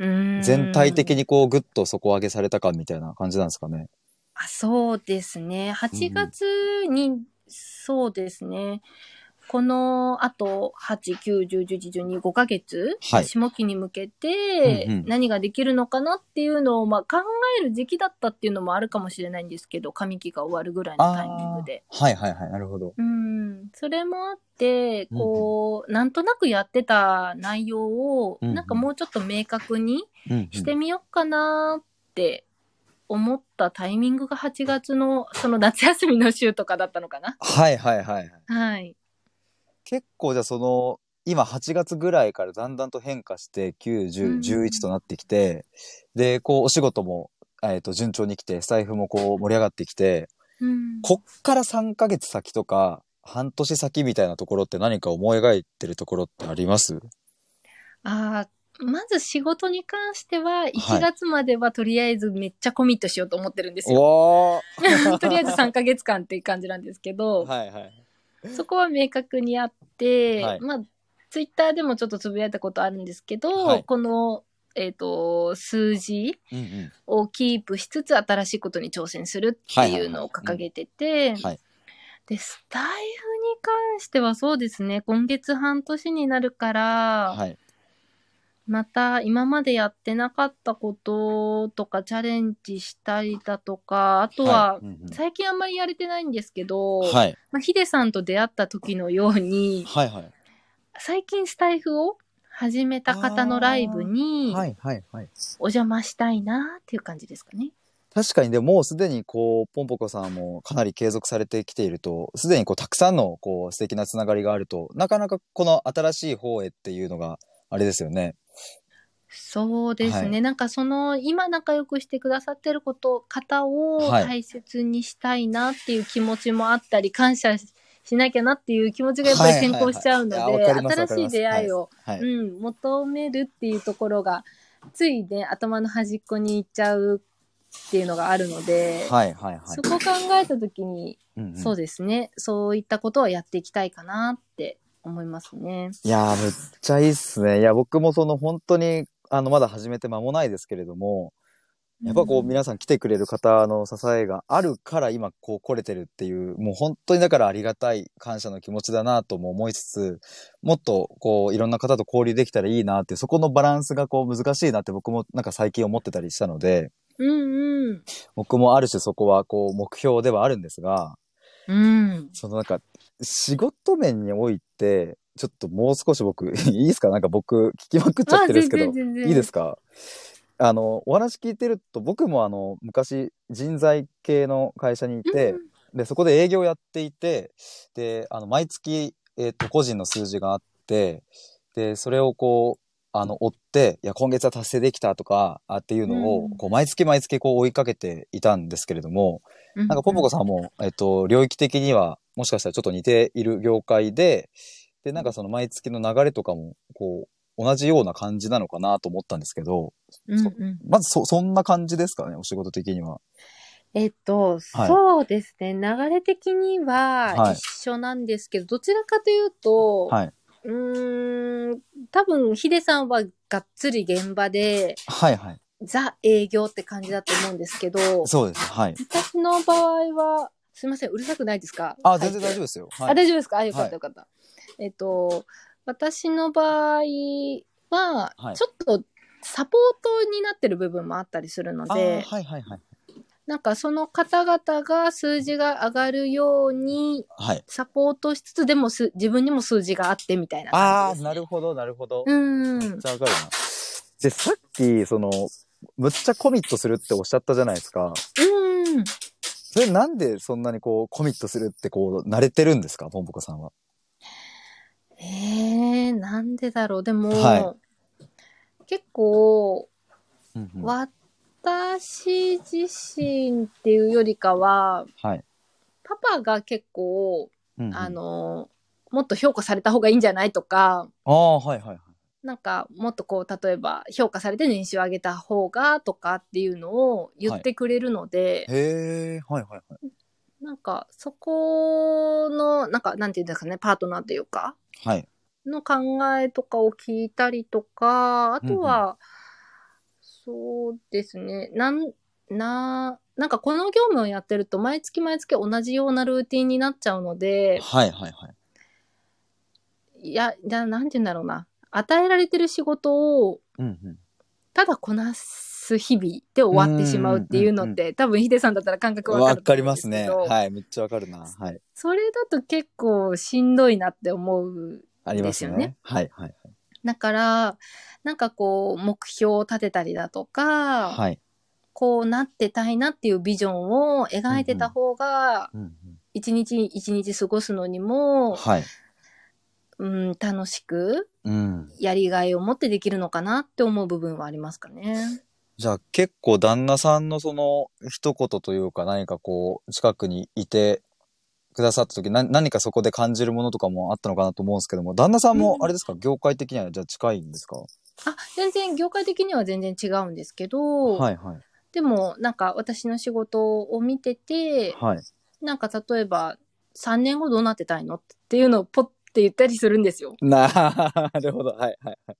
B: うーん
A: 全体的にこうグッと底上げされた感みたいな感じなんですかね。
B: あそうですね。8月に、そうですね。このあと8、9、10、11、12、5ヶ月、
A: はい
B: 下期に向けて
A: うんうん
B: 何ができるのかなっていうのを、まあ、考える時期だったっていうのもあるかもしれないんですけど、上期が終わるぐらいのタイミングで。
A: あーはいはいはい、なるほど。
B: うん、それもあって、こう、なんとなくやってた内容を、
A: うんうん
B: なんかもうちょっと明確に
A: うんうん
B: してみようかなって思ったタイミングが8月のその夏休みの週とかだったのかな。
A: はいはいはい。
B: はい。
A: 結構じゃあその、今8月ぐらいからだんだんと変化して、9、
B: うんうん
A: 10、11となってきて、で、こうお仕事も、えっと、順調に来て、スタイフもこう盛り上がってきて、
B: うん、
A: こっから3ヶ月先とか、半年先みたいなところって何か思い描いてるところってあります
B: あーまず仕事に関しては1
A: い
B: 月まではとりあえずめっちゃコミットしようと思ってるんですよ。
A: おー
B: [LAUGHS] とりあえず3ヶ月間っていう感じなんですけど、
A: はいはい。
B: そこは明確にあって、
A: はい
B: まあツイッターでもちょっとつぶやいたことあるんですけど、
A: はい
B: この、えっと数字
A: うんうん。
B: をキープしつつ新しいことに挑戦するっていうのを掲げてて、
A: はい
B: でスタイフに関してはそうですね今月半年になるから、
A: はい。
B: また今までやってなかったこととかチャレンジしたりだとかあとは、
A: はいうんうん
B: 最近あんまりやれてないんですけど、
A: はい。
B: まあ、ヒデさんと出会った時のように
A: はいはい。
B: 最近スタイフを始めた方のライブに
A: はいはいはい。
B: お邪魔したいなっていう感じですかね。
A: 確かにでももうすでにこうポンポコさんもかなり継続されてきているとすでにこうたくさんのこう素敵なつながりがあるとなかなかこの新しい方へっていうのがあれですよね。
B: そうですね、
A: は
B: なんかその今仲良くしてくださってること方を
A: はい
B: 大切にしたいなっていう気持ちもあったり、感謝しなきゃなっていう気持ちがやっぱり先行しちゃうので、
A: はいはいはいいやわかります
B: 新しい出会いを、
A: はい、
B: うん、求めるっていうところがついね頭の端っこに行っちゃうっていうのがあるので、
A: はいはいはい。
B: そこ考えた時に、
A: うんうん
B: そうですねそういったことはやっていきたいかなって思いますね。
A: いやー、めっちゃいいっすね。いや、僕もその本当に、あの、まだ始めて間もないですけれども、やっぱこう皆さん来てくれる方の支えがあるから今こう来れてるっていう、もう本当にだからありがたい感謝の気持ちだなとも思いつつ、もっとこういろんな方と交流できたらいいなって、そこのバランスがこう難しいなって僕もなんか最近思ってたりしたので、
B: うんうん。
A: 僕もある種そこはこう目標ではあるんですが、
B: うん。
A: そのなんか仕事面において、ちょっともう少し僕、 [LAUGHS] いいですかなんか僕聞きまくっちゃってるんですけど。
B: 全
A: いいですかあの、お話聞いてると、僕もあの、昔、人材系の会社にいて、で、そこで営業やっていて、で、あの、毎月、えっ、と、個人の数字があって、で、それをこう、あの、追って、いや、今月は達成できたとか、あっていうのを、
B: うん
A: こう、毎月毎月こう追いかけていたんですけれども、
B: うん、
A: なんか、ポポコさんも、えっ、と、領域的には、もしかしたらちょっと似ている業界で、で、なんかその毎月の流れとかも、こう、同じような感じなのかなと思ったんですけど、
B: うんうん、
A: まずそ、そんな感じですかね、お仕事的には。
B: えっと、
A: はい
B: そうですね。流れ的には
A: はい
B: 一緒なんですけど、どちらかというと、
A: はい。
B: うーん、多分、ヒデさんはがっつり現場で、
A: はいはい。
B: ザ営業って感じだと思うんですけど、
A: そうです。はい。
B: 私の場合は、すみません、うるさくないですか
A: あ、全然大
B: 夫
A: 丈夫ですよ。
B: あ
A: はい。
B: 大丈夫ですかあよかっ
A: はい
B: たよかった。えっと私の場合は、
A: はい
B: ちょっとサポートになってる部分もあったりするの
A: あ
B: で、
A: はいはいはい。
B: なんかその方々が数字が上がるように
A: はい。
B: サポートしつつでもす自分にも数字があってみたいな
A: あー、
B: 感じです、
A: なるほど、なるほど。
B: うん
A: めっちゃわかるな。で、さっき、その、むっちゃコミットするっておっしゃったじゃないですか。
B: うん
A: それなんでそんなにこう、コミットするってこう、慣れてるんですか、ポンポコさんは。
B: えー、なんでだろうでも、
A: は
B: 結構
A: うんうん
B: 私自身っていうよりかは
A: はい。
B: パパが結構
A: うんうん
B: あ、のもっと評価された方がいいんじゃないとか
A: ああ、はいはいはい。
B: なんかもっとこう例えば評価されて年収上げた方がとかっていうのを言ってくれるので、
A: へえ、はいはい
B: なんかそこのなんかなんていうんですかねパートナーというか
A: はい。はい。
B: の考えとかを聞いたりとかあとは、そうですねなんななんかこの業務をやってると毎月毎月同じようなルーティンになっちゃうので、
A: はいはいはい。
B: いや、じゃあ、なんて言うんだろうな。与えられてる仕事を、
A: うんうん。
B: ただこなす日々で終わってしまうっていうのって、多分ヒデさんだったら感覚わか
A: わ
B: ると
A: かり
B: 思
A: ま
B: うんです
A: す
B: け
A: ね。
B: ど。
A: はい。めっちゃわかるな。はい。
B: それだと結構しんどいなって思う。
A: ありますよ
B: ですよね
A: ね。はいはい。
B: だから、なんかこう、目標を立てたりだとか、
A: はい。
B: こうなってたいなっていうビジョンを描いてた方が、
A: うん
B: 一日一日過ごすのに
A: うん、
B: も、
A: はい。
B: うん、楽しく、
A: うん。
B: やりがいを持ってできるのかなって思う部分はありますかね。
A: じゃあ結構旦那さんのその一言というか何かこう近くにいてくださった時な何かそこで感じるものとかもあったのかなと思うんですけども旦那さんも
B: うん
A: あれですか、業界的にはじゃあ近いんですか
B: あ、全然業界的には全然違うんですけど、
A: はいはい。
B: でもなんか私の仕事を見てて、
A: はい。
B: なんか例えば3年後どうなってたいのっていうのをポッて言ったりするんですよ。
A: なるほど。はいはいはい。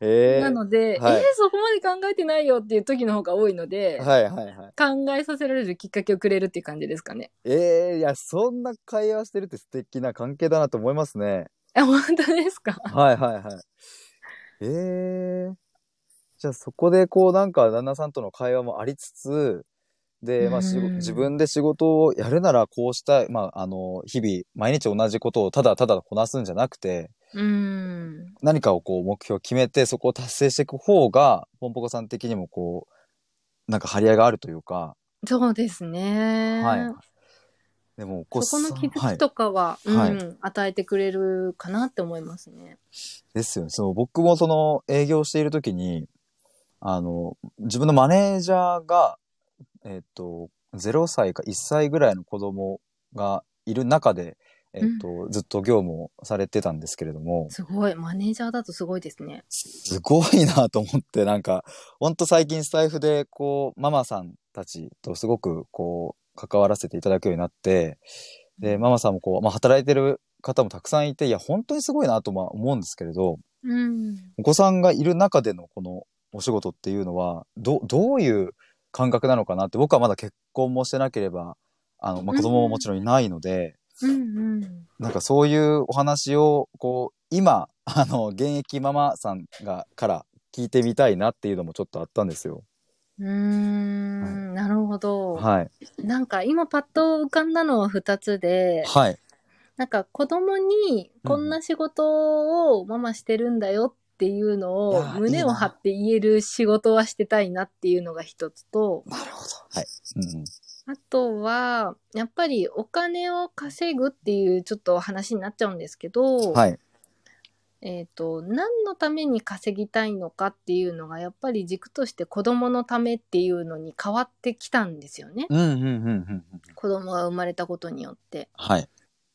A: ええ
B: なので、
A: はい
B: えーそこまで考えてないよっていう時の方が多いので、
A: はいはいはい。
B: 考えさせられるきっかけをくれるっていう感じですかね。
A: ええいや、そんな会話してるって素敵な関係だなと思いますね。
B: [LAUGHS] え、本当ですか
A: はいはいはい。ええじゃあそこでこうなんか旦那さんとの会話もありつつ、で、まあ、仕
B: うん
A: 事自分で仕事をやるならこうしたい、まあ、あの、日々、毎日同じことをただただこなすんじゃなくて、
B: うん。
A: 何かをこう目標を決めてそこを達成していく方が、ポンポコさん的にもこう、なんか張り合いがあるというか、
B: そうですね。
A: はい。でも、お子
B: そ
A: さ
B: こ
A: ん、
B: の気づ
A: は
B: き
A: い
B: とかは、
A: はい
B: うん、与えてくれるかなって思いますね。
A: ですよね。そう、僕もその営業しているときに、あの、自分のマネージャーが、えっと、0歳か1歳ぐらいの子供がいる中で、えっと、ずっと業務をされてたんですけれども、
B: すごい。マネージャーだとすごいですね。
A: すごいなと思って、なんか、ほんと最近スタイフで、こう、ママさんたちとすごく、こう、関わらせていただくようになって、で、ママさんもこう、まあ、働いてる方もたくさんいて、いや、本当にすごいなとまあ思うんですけれど、
B: うん。
A: お子さんがいる中でのこのお仕事っていうのは、ど、どういう感覚なのかなって僕はまだ結婚もしてなければあの、まあ、子供ももちろんいないので、
B: うんうん。
A: なんかそういうお話をこう今あの現役ママさんがから聞いてみたいなっていうのもちょっとあったんですよ。
B: うーん、なるほど。
A: はい、
B: なんか今パッと浮かんだのは2つで、
A: はい、
B: なんか子供にこんな仕事をママしてるんだよっていうの
A: うん
B: を
A: あー
B: 胸を張って言える仕事はしてたいなっていうのが一つと、
A: なるほど。はい、うんうん、
B: あとは、やっぱりお金を稼ぐっていうちょっと話になっちゃうんですけど、
A: はい、
B: えっ、と、何のために稼ぎたいのかっていうのがやっぱり軸として子供のためっていうのに変わってきたんですよね。
A: うんうんうんうんうん、
B: 子供が生まれたことによって。
A: はい、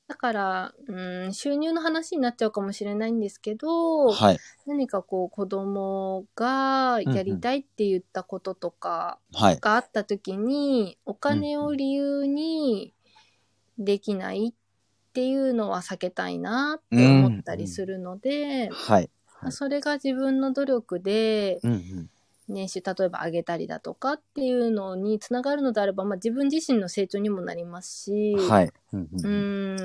B: だから、うん、収入の話になっちゃうかもしれないんですけど、
A: はい、
B: 何かこう子供がやりたいって言ったこととか
A: はい、
B: があった時に、お金を理由にできないっていうのは避けたいなって思ったりするので、
A: はい、
B: まあそれが自分の努力で
A: うんうん、
B: 年収例えば上げたりだとかっていうのにつながるのであれば、まあ、自分自身の成長にもなりますし、
A: はい、うんうん
B: う
A: う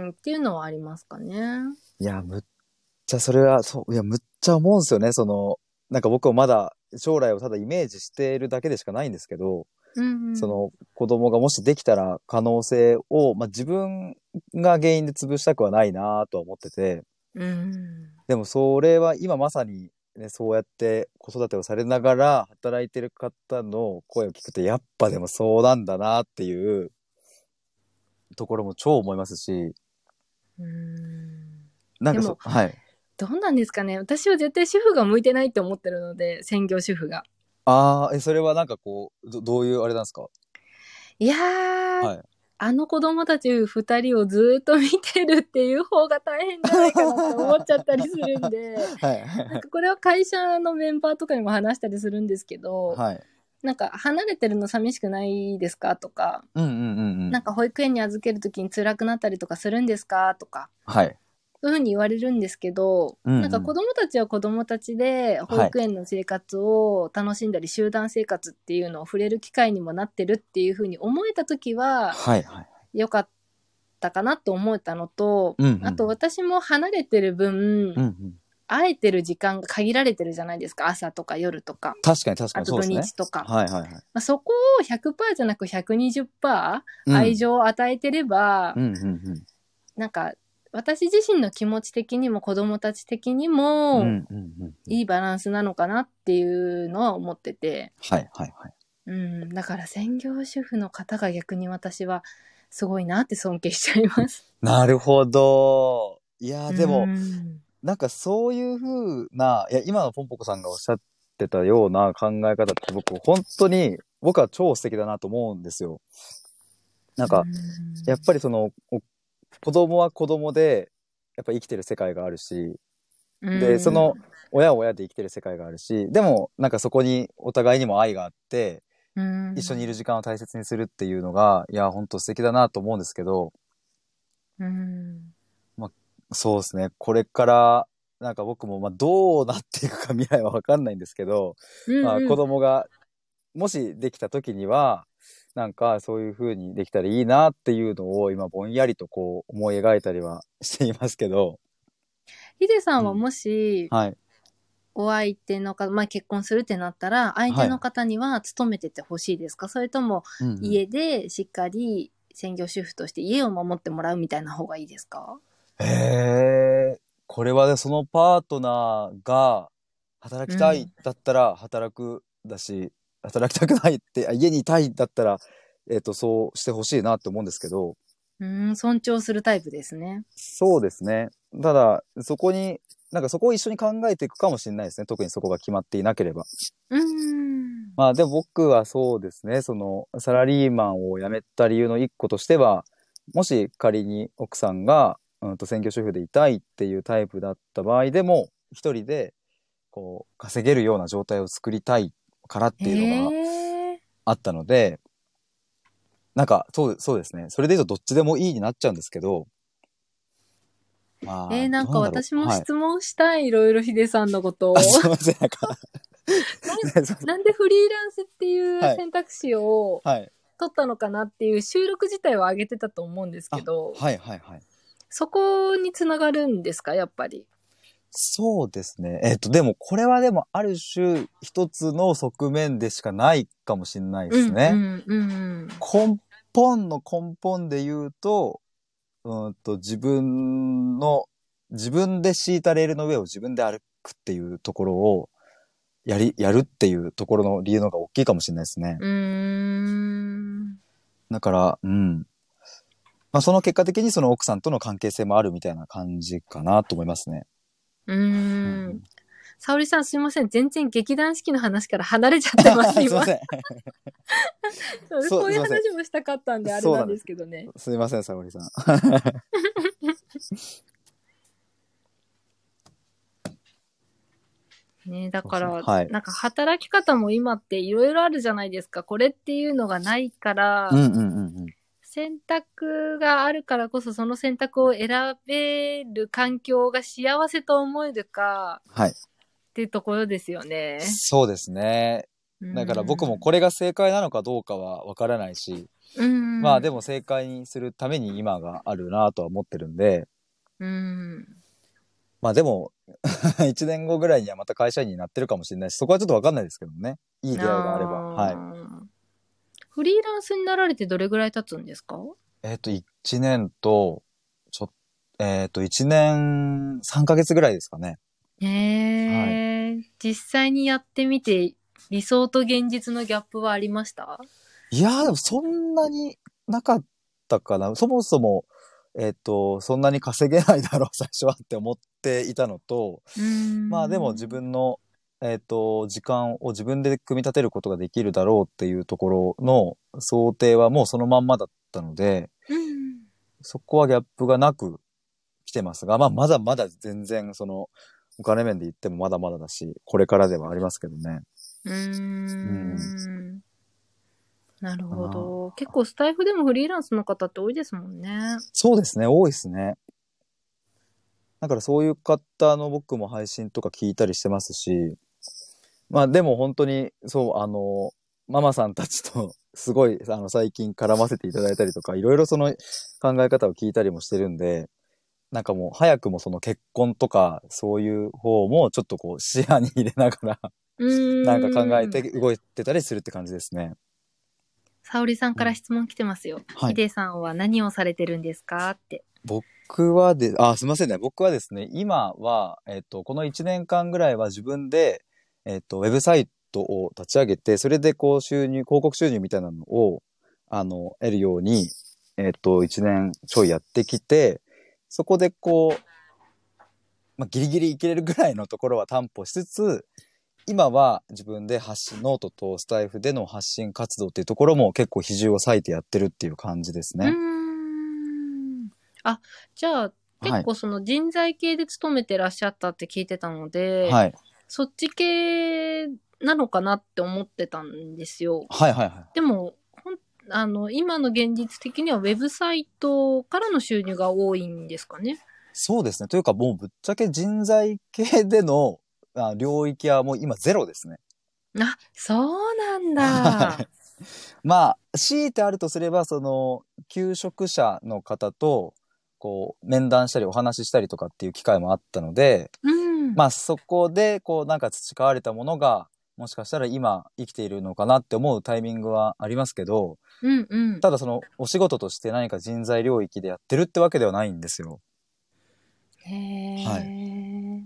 A: ん、
B: んっていうのはありますかね。
A: いや、むっちゃそれは、そう、いや、むっちゃ思うんですよね。その、なんか僕はまだ将来をただイメージしているだけでしかないんですけど、
B: うんうん
A: その子供がもしできたら可能性を、まあ、自分が原因で潰したくはないなとは思ってて、
B: うん
A: でもそれは今まさに、ね、そうやって子育てをされながら働いてる方の声を聞くと、やっぱでもそうなんだなっていうところも超思いますし、
B: うん
A: なんか
B: で
A: そ、
B: も
A: はい。
B: どうなんですかね私は絶対主婦が向いてないって思ってるので専業主婦が。
A: ああ、え、それはなんかこう、どどういうあれなんですか
B: いやー、
A: はい
B: あの子供たち2人をずーっと見てるっていう方が大変じゃないかなって思っちゃったりするんで
A: はい。
B: なん [LAUGHS] かこれは会社のメンバーとかにも話したりするんですけど、
A: はい。
B: なんか離れてるの寂しくないですかとか、
A: うんうんうんうん。
B: なんか保育園に預ける時に辛くなったりとかするんですかとか
A: はい。
B: そういうふうに言われるんですけど、
A: うんうん
B: なんか子供たちは子供たちで保育園の生活を楽しんだり、集団生活っていうのを触れる機会にもなってるっていうふうに思えた時は
A: はいはい。
B: 良かったかなと思えたのと、
A: うんうん
B: あと私も離れてる分、
A: うんうん。
B: 会えてる時間が限られてるじゃないですか朝とか夜とか。
A: 確かに確か
B: あ
A: にそ
B: と
A: う
B: 土
A: ですね。
B: 日とか。
A: はいはいはい。
B: まあ、そこを100%じゃなく120%
A: うん
B: 愛。情を与えてれば、
A: うんうんうん。
B: なんか私自身の気持ち的にも子供たち的にも、
A: うんうんうん。
B: いいバランスなのかなっていうのは思ってて、
A: はいはいはい。
B: うん、だから専業主婦の方が逆に私はすごいなって尊敬しちゃいます。
A: なるほど。いやーでも、
B: うん
A: なんかそういうふうな、いや、今のポンポコさんがおっしゃってたような考え方って僕、本当に、僕は超素敵だなと思うんですよ。なんか、やっぱりその、お子供は子供で、やっぱ生きてる世界があるし、
B: うん
A: で、その、、親は親で生きてる世界があるし、でも、なんかそこにお互いにも愛があって、
B: うん
A: 一緒にいる時間を大切にするっていうのが、いや、ほんと素敵だなと思うんですけど、
B: うん
A: そうですね、これから、なんか僕も、まあ、どうなっていくか未来はわかんないんですけど、まあ、子供が、もしできた時には、なんかそういう風にできたらいいなっていうのを今ぼんやりとこう思い描いたりはしていますけど、
B: ヒデさんはもし、
A: はい。
B: お相手の方、まあ、結婚するってなったら相手の方には勤めててほしいですか、それとも
A: うんうん
B: 家でしっかり専業主婦として家を守ってもらうみたいな方がいいですか
A: へえ、これはね、そのパートナーが働きた
B: う
A: い
B: ん
A: だったら働くだし、働きたくないって、あ家にいたいだったら、えっと、そうしてほしいなって思うんですけど、
B: うん尊重するタイプですね。
A: そうですね。ただ、そこに、なんかそこを一緒に考えていくかもしれないですね。特にそこが決まっていなければ。
B: うん
A: まあでも僕はそうですね、そのサラリーマンを辞めた理由の一個としては、もし仮に奥さんが、うん、と専業主婦でいたいっていうタイプだった場合でも、一人でこう稼げるような状態を作りたいからっていうのが
B: へえ
A: あったので、なんかそうそうですね、それで言うとどっちでもいいになっちゃうんですけど、まあ
B: えーなんか
A: どうだろう
B: 私も
A: はい
B: 質問したい、いろいろヒデさんのことを
A: あ。すいません、なんか
B: [LAUGHS] なんでフリーランスっていう
A: はい
B: 選択肢を
A: [LAUGHS] はい。
B: 取ったのかなっていう収録自体は上げてたと思うんですけど、
A: はいはいはい。
B: そこにつながるんですか、やっぱり。
A: そうですね。えっ、と、でも、これはでも、ある種、一つの側面でしかないかもしれないですね。
B: うんうんうん
A: 根本の根本で言うと、うーんと、自分の、自分で敷いたレールの上を自分で歩くっていうところを、やり、やるっていうところの理由の方が大きいかもしれないですね。
B: うーん。
A: だから、うん。まあ、その結果的にその奥さんとの関係性もあるみたいな感じかなと思いますね。
B: う
A: う
B: ーん。。沙織さんすいません。全然劇団四季の話から離れちゃってま
A: [LAUGHS]
B: す、
A: すい
B: 今
A: ま。せん。ん
B: そういう
A: そうすいません
B: 話もしたかったんで、あれ
A: そう
B: な
A: なん
B: ん
A: です
B: ですけどね。
A: すいません、沙織さん。
B: ね、だ
A: そ
B: か
A: う
B: ら、
A: そうはい
B: なんか働き方も今っていろいろあるじゃないですか。これっていうのがないから、
A: うんうんうんうん。
B: 選択があるからこそその選択を選べる環境が幸せと思えるか
A: はい。
B: っていうところですよね。
A: そうですね。だから僕もこれが正解なのかどうかはわからないし、
B: うん、
A: まあで
B: も、
A: も正解にするために今があるなとは思ってるんで、
B: うん、
A: まあでも、1年後ぐらいにはまた会社員になってるかもしれないし、そこはちょっとわかんないですけどね。いい出会いがあれば。はい。
B: い。フリーランスになられてどれぐらい経つんですか
A: えっ、と、1年と、ちょ、えっ、と、1年3ヶ月ぐらいですかね。
B: へえ、実際にやってみて理想と現実のギャップはありました
A: いやー、でもそんなになかったかな。そもそも、えっ、と、そんなに稼げないだろう、最初はって思っていたのと、まあでも自分の、えっ、と、時間を自分で組み立てることができるだろうっていうところの想定はもうそのまんまだったので、
B: うん
A: そこはギャップがなく来てますが、まあまだまだ全然その、お金面で言ってもまだまだだし、これからではありますけどね。
B: うーんなるほど。結構スタイフでもフリーランスの方って多いですもんね。
A: そうですね、多いですね。だからそういう方の僕も配信とか聞いたりしてますし、まあでも本当に、そう、あの、ママさんたちとすごい、あの、最近絡ませていただいたりとか、いろいろその考え方を聞いたりもしてるんで、なんかもう早くもその結婚とか、そういう方もちょっとこう視野に入れながら、
B: な
A: なんか考えて。動いてたりするって感じですね。
B: 沙織さんから質問来てますよ。
A: はい
B: ヒデさんは何をされてるんですかって。
A: 僕はで、あ、すみませんね。僕はですね、今は、えっ、と、この1年間ぐらいは自分で、えっ、と、ウェブサイトを立ち上げて、それでこう収入、広告収入みたいなのを、あの、得るように、えっ、と、1年ちょいやってきて、そこでこう、まあ、ギリギリいけれるぐらいのところは担保しつつ、今は自分で発信、ノートとスタイフでの発信活動っていうところも結構比重を割いてやってるっていう感じです
B: うー
A: ね。
B: ん。あ、じゃあ、
A: は
B: 結
A: い。
B: 構その人材系で勤めてらっしゃったって聞いてたので、
A: はい。
B: そっち系なのかなって思ってたんですよ。
A: はいはいはい。
B: でも、ほんあの、今の現実的にはウェブサイトからの収入が多いんですかね。
A: そうですね。というか、もうぶっちゃけ人材系でのあ領域はもう今ゼロですね。
B: あ、そうなん
A: は
B: だ。
A: [LAUGHS] まあ、強いてあるとすれば、その、求職者の方と、こう、面談したりお話ししたりとかっていう機会もあったので、
B: うん。
A: まあそこで、こう、なんか培われたものが、もしかしたら今生きているのかなって思うタイミングはありますけど、
B: うんうん。
A: ただその、お仕事として何か人材領域でやってるってわけではないんですよ。
B: へえ、
A: は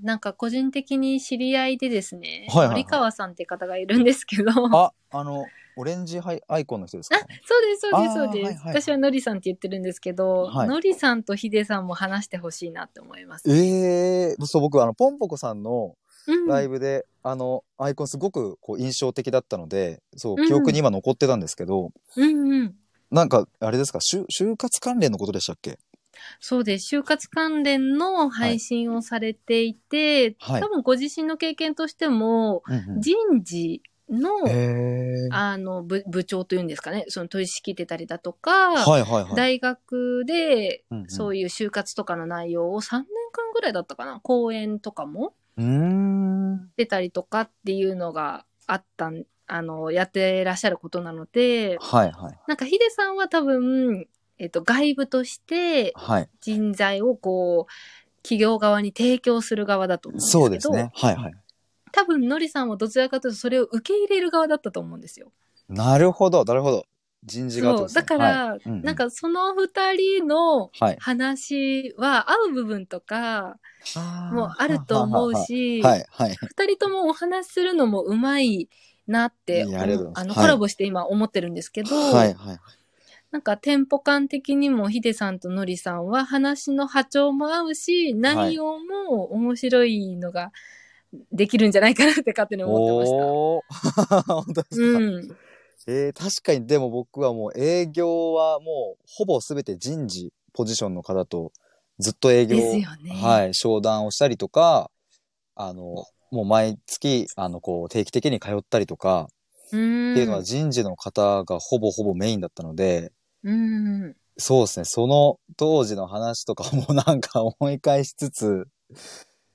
B: なんか個人的に知り合いでですね、
A: はいはいはい
B: 森川さんって方がいるんですけど、あ、
A: あ、あの、オレンジハイアイコンの人ですか
B: そうです、そうです、
A: あ
B: そ
A: ー
B: うです。
A: はいはいはい
B: 私はのりさんって言ってるんですけど、
A: はい
B: のりさんとひでさんも話してほしいなって思います。
A: ええそう、僕、あの、ポンポコさんの
B: うん、
A: ライブで、あの、アイコンすごくこう印象的だったので、そうう、
B: ん
A: 記憶に今残ってたんですけど、
B: うんうん。
A: なんか、あれですか、就、就活関連のことでしたっけ
B: そうです。就活関連の配信をされていて、
A: はい
B: 多分ご自身の経験としても、
A: うん
B: 人事の、
A: え
B: あの部部長というんですかね、その取り仕切ってたりだとか、
A: はいはいはい。
B: 大学で
A: うんうん
B: そういう就活とかの内容を3年間ぐらいだったかな講演とかも
A: うーん。
B: 出たりとかっていうのがあったんあのやってらっしゃることなので
A: はいはい。
B: なんかヒデさんは多分、えっと、外部として
A: はい。
B: 人材をこう企業側に提供する側だと思うんですけど
A: そうですね。はいはい。
B: 多分のりさんはどちらかというとそれを受け入れる側だったと思うんですよ。
A: なるほど、なるほど。人事が、
B: そうだから、
A: いうんうん
B: なんかその二人の
A: はい。
B: 話は合う部分とかもあると思うし、二、
A: はいはい。
B: 人ともお話しするのもうまいなって、
A: いやありがとうござ
B: あ
A: います
B: の
A: はい
B: コラボして今思ってるんですけど、
A: はいはい。
B: なんかテンポ感的にもヒデさんとノリさんは話の波長も合うし、内容も面白いのができるんじゃないかなって勝手に思ってました。
A: おおー。 [LAUGHS] 本当ですか。
B: うん、
A: えー確かにでも僕はもう営業はもうほぼ全て人事ポジションの方とずっと営業、
B: ですよね。
A: はい、商談をしたりとか、あの、もう毎月、あの、こう、定期的に通ったりとか、
B: うん
A: っていうのは人事の方がほぼほぼメインだったので、
B: うん
A: そうですね、その当時の話とかもなんか思い返しつつ、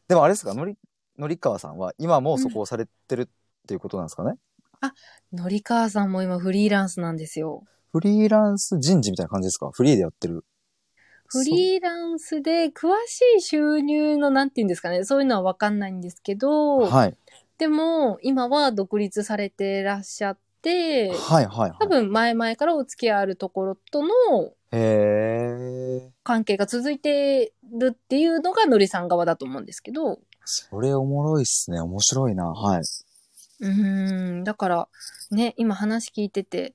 A: でもあれですか、のり、のりかわさんは今もそこをされてるっていうことなんですかね、
B: のりかわさんも今フリーランスなんですよ。
A: フリーランス人事みたいな感じですかフリーでやってる。
B: フリーランスで詳しい収入のなんて言うんですかね、そういうのは分かんないんですけど、
A: そうはい。
B: でも今は独立されてらっしゃって、
A: はいはいはい。
B: 多分前々からお付き合いあるところとの
A: へえ。
B: 関係が続いてるっていうのがのりさん側だと思うんですけど、
A: それおもろいっすね。面白いな。はい。
B: うーん、だからね、今話聞いてて、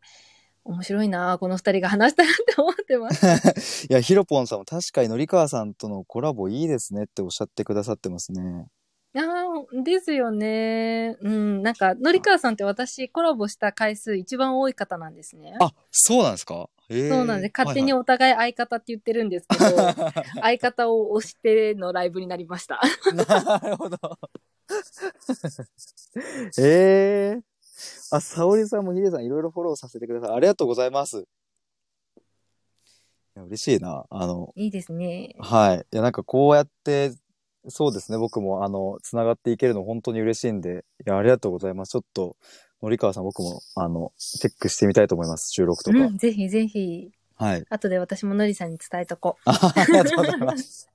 B: 面白いなあこの二人が話したなって思っ
A: [LAUGHS]
B: てます。
A: いや、ひろぽんさんも確かにのりかわさんとのコラボいいですねっておっしゃってくださってますね。
B: あーですよね。うん、なんか、のりかわさんって私コラボした回数一番多い方なんですね。
A: あ、そうなんですかへえ
B: そうなんです。勝手に
A: はい
B: お互い相方って言ってるんですけど、相方を推してのライブになりました。
A: はい [LAUGHS] なるほど。ええあ、沙織さんもヒデさんいろいろフォローさせてください。ありがとうございます。いや、嬉しいな。あの、
B: いいですね。
A: はい。いや、なんかこうやって、そうですね、僕も、あの、つながっていけるの本当に嬉しいんで、いや、ありがとうございます。ちょっと、森川さん、僕も、あの、チェックしてみたいと思います。収録とか。
B: うん、ぜひぜひ。
A: はい。 [LAUGHS]
B: 後で私ものりさんに伝えとこ
A: あありがとうござい
B: [LAUGHS]
A: ます。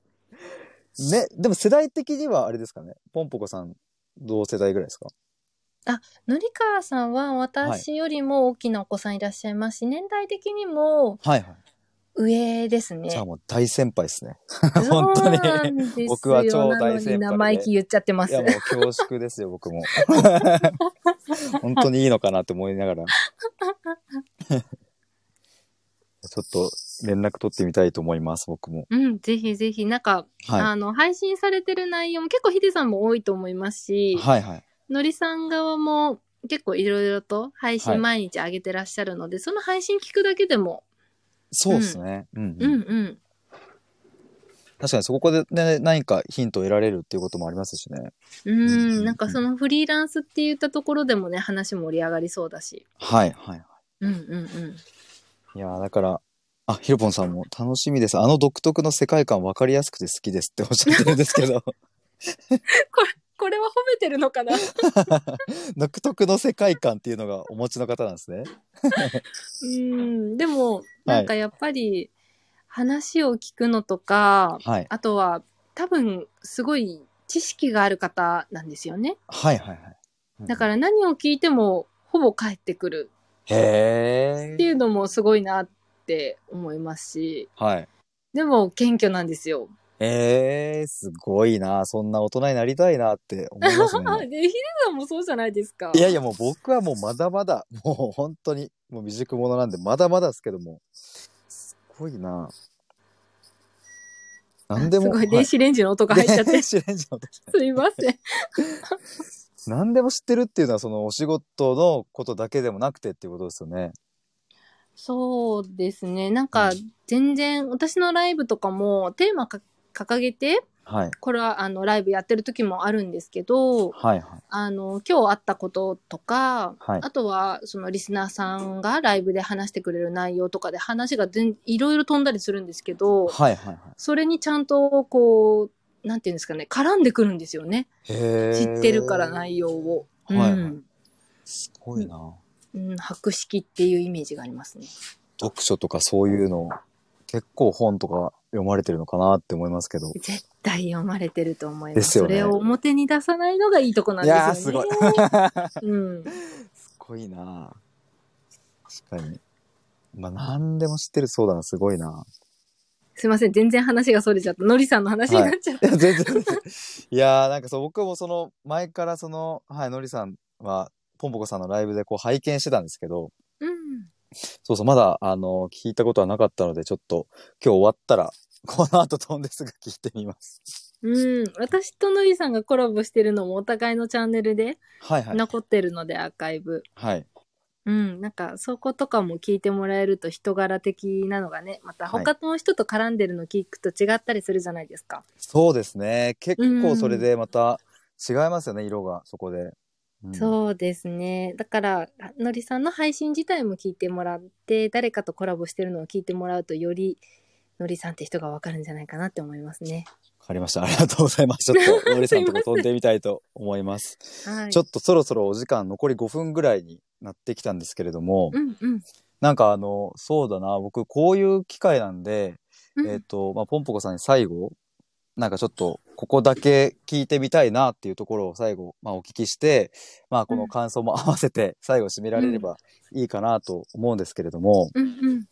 A: ね、でも世代的にはあれですかね。ポンポコさん、同世代ぐらいですか
B: う。のりかわさんは私よりも大きなお子さんいらっしゃいますし、年代的にも
A: はいはい。
B: 上ですね。
A: じゃあもう大先輩ですね。
B: そう
A: 本当に
B: なんですよ
A: 僕は超大先輩で
B: なのに生意気言っちゃってま
A: い
B: す
A: や、。もう恐縮ですよ、 [LAUGHS] 僕も。本当にいいのかなって思いなが [LAUGHS] ら。ちょっと連絡取ってみたいと思います、僕も。
B: うん、ぜひぜひ、なんか、
A: は
B: あの、配信されてる内容も結構ヒデさんも多いと思います
A: い。
B: し、
A: はいはい。
B: のりさん側も結構いろいろと
A: は
B: 配
A: い
B: 信毎日上げてらっしゃるので、その配信聞くだけでも、
A: そうですね。うん、
B: う
A: うんん
B: うん。
A: 確かにそこで、ね、何かヒントを得られるっていうこともありますしね。
B: うん、
A: うん
B: なんかそのフリーランスって言ったところでもね、話盛り上がりそうだし。
A: はいはい。
B: うんうんうん。
A: いやーだから、あ、ひろぽんさんも楽しみです。あの独特の世界観分かりやすくて好きですっておっしゃってるんですけ [LAUGHS] ど、
B: これは褒めてるのかな
A: 独特の世界観っていうのがお持ちの方なんですね。
B: うん、でも、なんかやっぱり、話を聞くのとか、
A: はい。
B: あとは、多分、すごい知識がある方なんですよね。
A: はいはいはい。、
B: だからら何を聞いても、ほぼ返ってくる
A: へ
B: って
A: え。
B: いうのもすごいなって思いますし、
A: はい。
B: でも謙虚なんです [LAUGHS] よ。
A: ええすごいな。そんな大人になりたいなって思います
B: [LAUGHS]
A: ね。
B: で、ヒデさんもそうじゃないですか。
A: いやいや、もう僕はもうまだまだ、もう本当に、もう未熟者なんで、まだまだですけども。すごいな。何でも。
B: すごい、
A: は
B: 電子レンジの音が入っちゃって
A: 電。子レンジの音
B: [LAUGHS] すいません。
A: 何でも知ってるっていうのは、そのお仕事のことだけでもなくてっていうことですよね。
B: そうですね。なんか
A: う、
B: 全然、私のライブとかもテーマか掲げて、
A: はい。
B: これはあのライブやってる時もあるんですけど、
A: はいはい。
B: あの、今日あったこととか、
A: はい
B: あとは、そのリスナーさんがライブで話してくれる内容とかで話が全いろいろ飛んだりするんですけど、
A: はいはいはい。
B: それにちゃんとこう、なんていうんですかね、絡んでくるんですよね。
A: へ
B: 知ってるから
A: い。
B: 内容を。
A: はいはい
B: うん
A: すごいな。
B: うん、博識っていうイメージがありますね。
A: 読書とかそういうの、結構本とか読まれてるのかなって思いますけど。
B: 絶対読まれてると思います。
A: ですよね
B: それを表に出さないのがいいとこなんですよね。
A: いやー
B: すごい。 [LAUGHS] うん。
A: すごいな。確かに。まあ、何でも知ってるそうだな、すごいな。
B: すいません、全然話がそれちゃった。のりさんの話になっちゃった。
A: いや全然 [LAUGHS] いやーなんかそう僕もその前からそのはいのりさんはポンポコさんのライブでこう拝見してたんですけど
B: うん。
A: そうそうまだあの聞いたことはなかったのでちょっと今日終わったらこの後飛んですぐ聞いてみます
B: うん。私とのりさんがコラボしてるのもお互いのチャンネルで
A: はいはい
B: 残ってるので、アーカイブ。
A: はい
B: うん、なんかそことかも聞いてもらえると人柄的なのがねまた
A: はい
B: 他の人と絡んでるの聞くと違ったりするじゃないですか、
A: そうですね結構それでまた違いますよね色がそこで、うん
B: そうですねだからのりさんの配信自体も聞いてもらって誰かとコラボしてるのを聞いてもらうとよりのりさんって人がわかるんじゃないかなって思いますね
A: わかりましたありがとうございますち
B: [LAUGHS]
A: ょっとのりさんとこ飛んでみたいと思います
B: はい
A: ちょっとそろそろお時間残り5分ぐらいになってきたんですけれども、
B: うんうん
A: なんかあの、そうだな、僕、こういう機会なんで、
B: うん
A: えっ、と、まあ、ポンポコさんに最後、なんかちょっと、ここだけ聞いてみたいなっていうところを最後、まあ、お聞きして、まあ、こ
B: う
A: の
B: ん
A: 感想も合わせて、最後締められればいいかなと思うんですけれども、
B: うんうん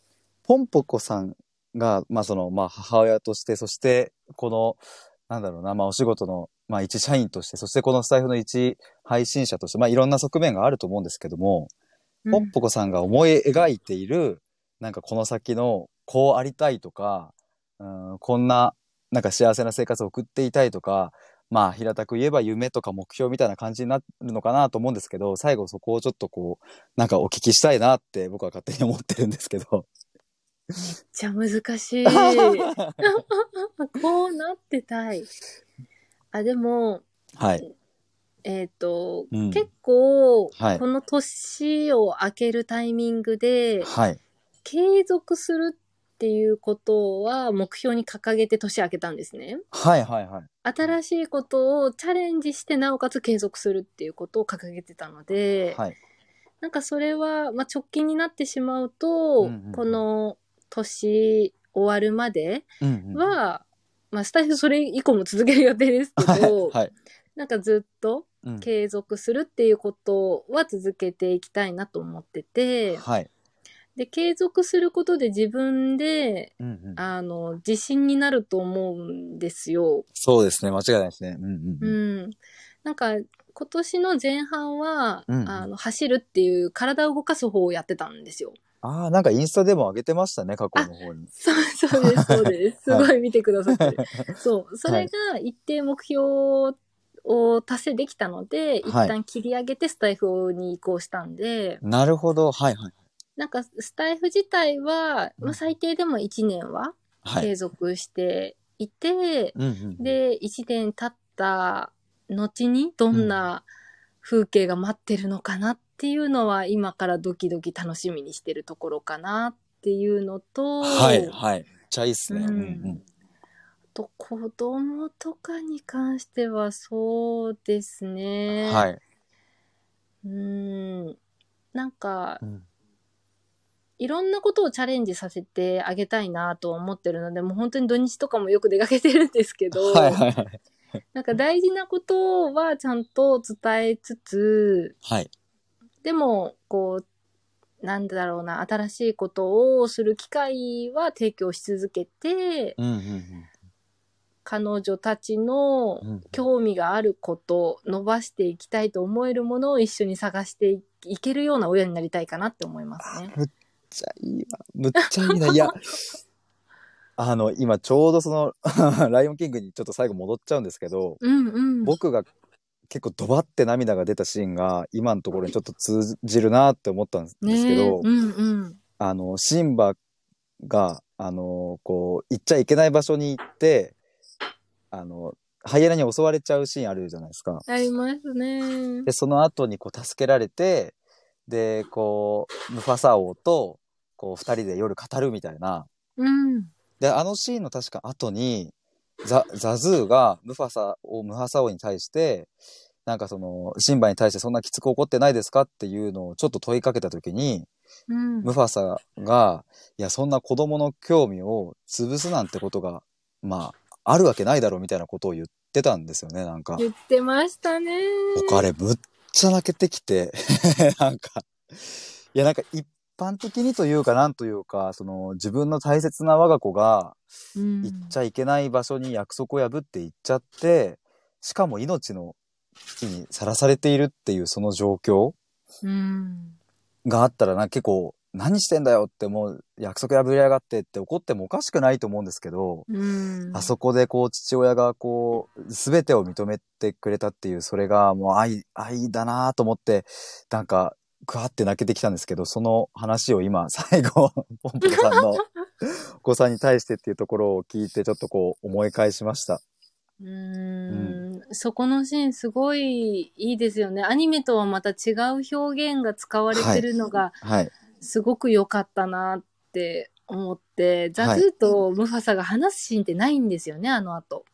A: ポンポコさんが、まあ、その、まあ、母親として、そして、この、なんだろうな、まあ、お仕事の、まあ、一社員として、そしてこのスタイフの一配信者として、まあ、いろんな側面があると思うんですけども、ポンポコさんが思い描いている、なんかこの先の、こうありたいとか、うん、こんな、なんか幸せな生活を送っていたいとか、まあ、平たく言えば夢とか目標みたいな感じになるのかなと思うんですけど、最後そこをちょっとこう、なんかお聞きしたいなって僕は勝手に思ってるんですけど。
B: じゃあ難
A: [LAUGHS]
B: しいこうなってたいあでも
A: はい。
B: えっ、と、
A: うん
B: 結構、
A: はい
B: この年を明けるタイミングで、
A: はい。
B: 継続するっていうことは目標に掲げて年明けたんですね。
A: はいはいはい。
B: 新しいことをチャレンジして、なおかつ継続するっていうことを掲げてたので、
A: はい。
B: なんかそれは、まあ、直近になってしまうと、
A: うんうんうん
B: この年終わるまで
A: うんうん
B: は、まあ、スタイフそれ以降も続ける予定ですけ
A: [LAUGHS]
B: ど、
A: はい。
B: なんかずっと
A: うん
B: 継続するっていうことは続けていきたいなと思ってて、
A: はい。
B: で、継続することで自分で、
A: うんうん
B: あの、自信になると思うんですよ。
A: そうですね。間違いないですね。うん
B: う
A: うん。
B: ん。なんか、今年の前半は、
A: うんうん
B: あの、走るっていう体を動かす方をやってた
A: [LAUGHS]
B: んですよ。
A: ああ、なんかインスタでも上げてましたね、過去の方に。
B: そう、そうです、そうです。すごい見てくださってる。そう、それが一定目標を達成できたので、一
A: はい
B: 旦切り上げてスタイフに移行したんで、
A: [LAUGHS] なるほど。はいはい。
B: なんかスタイフ自体は、
A: うん
B: まあ、最低でも1年は
A: はい。
B: 継続していて、
A: うんうん、
B: で1年経った後にどんな風景が待ってるのかなっていうのは今からドキドキ楽しみにしてるところかなっていうのと、
A: はいはい。めっちゃいいっす
B: う
A: ね。
B: ん
A: うんうん。
B: あと子供とかに関してはそうですね、
A: はい。
B: うんなんか
A: うん
B: いろんなことをチャレンジさせてあげたいなとは思ってるので、もう本当に土日とかもよく出かけてるんですけど、
A: はいはいはい。
B: なんか大事なことはちゃんと伝えつつ、
A: はい。
B: でも、こう、なんだろうな、新しいことをする機会は提供し続けて、
A: うんうん
B: 彼女たちの
A: うん。うん
B: 興味があること、伸ばしていきたいと思えるものを一緒に探していいけるような親になりたいかなって思いますね。
A: めっちゃいいわ。むっちゃいいな。い
B: [LAUGHS]
A: や。あの、今ちょうどその、 [LAUGHS] ライオンキングにちょっと最後戻っちゃうんですけど、
B: うん [LAUGHS] うん。
A: 僕が結構ドバって涙が出たシーンが今のところにちょっと通じるなって思ったんです
B: ね
A: けど、
B: うんうん。
A: あの、シンバが、あの、こう、行っちゃいけない場所に行って、あの、ハイエナに襲われちゃうシーンあるじゃないですか。
B: ありますね。
A: で、その後にこう助けられて、で、こう、ムファサ王と、こう、二人で夜語るみたいな。
B: うん。
A: で、あのシーンの確か後に、ザ、ザズーがムファサを、ムハサオに対して、なんかその、シンバに対してそんなきつく怒ってないですかっていうのをちょっと問いかけたときに、
B: うん
A: ムファサが、いや、そんな子供の興味を潰すなんてことが、まあ、あるわけないだろうみたいなことを言ってたんですよね、なんか。
B: 言ってましたね。
A: 僕あれ、むっちゃ泣けてきて、 [LAUGHS] なんか、いや、なんか一般的にというか、なんというか、その、自分の大切な我が子が、
B: うん
A: 行っちゃいけない場所に約束を破って行っちゃって、しかも命の危機にさらされているっていうその状況
B: うん
A: があったらな、結構、何してんだよってもう約束破りやがってって怒ってもおかしくないと思うんですけど、
B: うん
A: あそこでこう父親がこう全てを認めてくれたっていうそれがもう愛、愛だなと思ってなんかグワって泣けてきたんですけど、その話を今 [LAUGHS] 最後、ポンポンさん
B: [LAUGHS]
A: のお子さんに対してっていうところを聞いてちょっとこう思い返しました。
B: うーんそこのシーンすごいいいですよね。アニメとはまた違う表現が使われてるのが
A: はい。
B: すごく良かったなって思って、ザ
A: はい
B: ズーとムファサが話すシーンってないんですよね、あの後。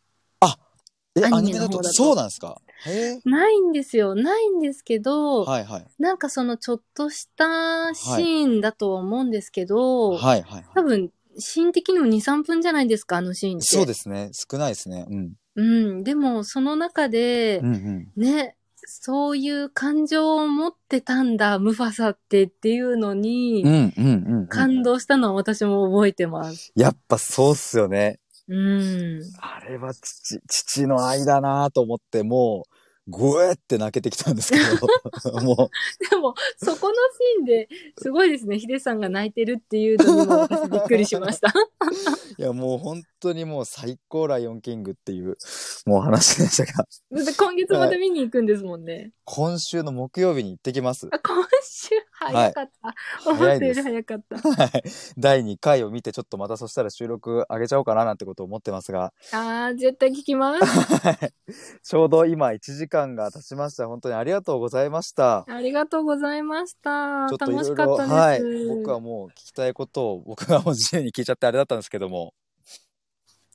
A: え、
B: ア
A: ア
B: ニ
A: ニ
B: メ
A: メだ
B: の方だと
A: と、そうなんですかへえ。
B: ないんですよ。ないんですけど、
A: はいはい。
B: なんかそのちょっとしたシーンだとは思うんですけど、
A: はいはい。
B: 多分、シーン的にも2、3分じゃないですか、あのシーンって。
A: そうですね。少ないですね。うん。
B: うん、でもその中で、
A: うんうん。
B: ね、そういう感情を持ってたんだ、ムファサってっていうの
A: う
B: に、
A: んうんうんうん。
B: 感動したのは私も覚えてます。
A: やっぱそうっすよね。
B: うん。
A: あれは父、父の愛だなと思って、もう、ぐえって泣けてきたんですけど、
B: [LAUGHS]
A: も
B: でも、そこのシーンですごいですね、ヒデさんが泣いてるっていうのにも私びっくりしま [LAUGHS] した。
A: う、いやもう本当にもう最高ライオンキングっていう、もう話でしたが、
B: だって今月また見に行くんですもんね。
A: 今週の木曜日に行ってきます。
B: あ今週早かった。思
A: 早
B: っ
A: い
B: てよ
A: で
B: り
A: す
B: 早かった。
A: はい。第2回を見て、ちょっとまたそしたら収録上げちゃおうかななんてことを思ってますが、
B: [LAUGHS] あー、絶対聞きます。
A: はい。ちょうど今1時間が経ちました。本当にありがとうございました。
B: ありがとうございました。
A: ちょっとい
B: 楽
A: ろ
B: し
A: い
B: か
A: ろ、
B: ったです。
A: はい。僕はもう聞きたいことを、僕はもう自由に聞いちゃってあれだったんですけども、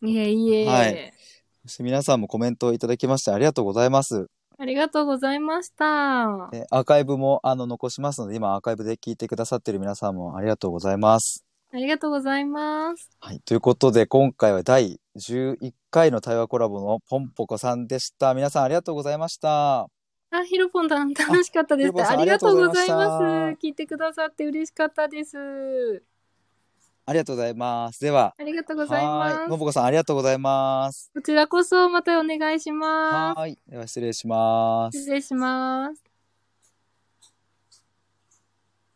B: いえいえ、
A: はいそして皆さんもコメントをいただきましてありがとうございます。
B: ありがとうございました。
A: えアーカイブもあの残しますので、今アーカイブで聞いてくださっている皆さんもありがとうございます。
B: ありがとうございます。
A: はい。ということで、今回は第11回の対話コラボのポンポコさんでした。皆さんありがとうございました。
B: あ、ヒロポンさん楽しかったで
A: あヒ
B: す
A: ロポンさん
B: ありがとうご
A: あ
B: ざい
A: りがとうござい
B: ま。
A: ます
B: 聞いてくださって嬉しかったです。
A: ありがとうございます。では、
B: ありがとうございま
A: はー
B: す。
A: ポン
B: こ
A: ポコさんありがとうございます。
B: ちらこそまたお願いしま
A: はーい。では失礼します
B: す。。失礼します。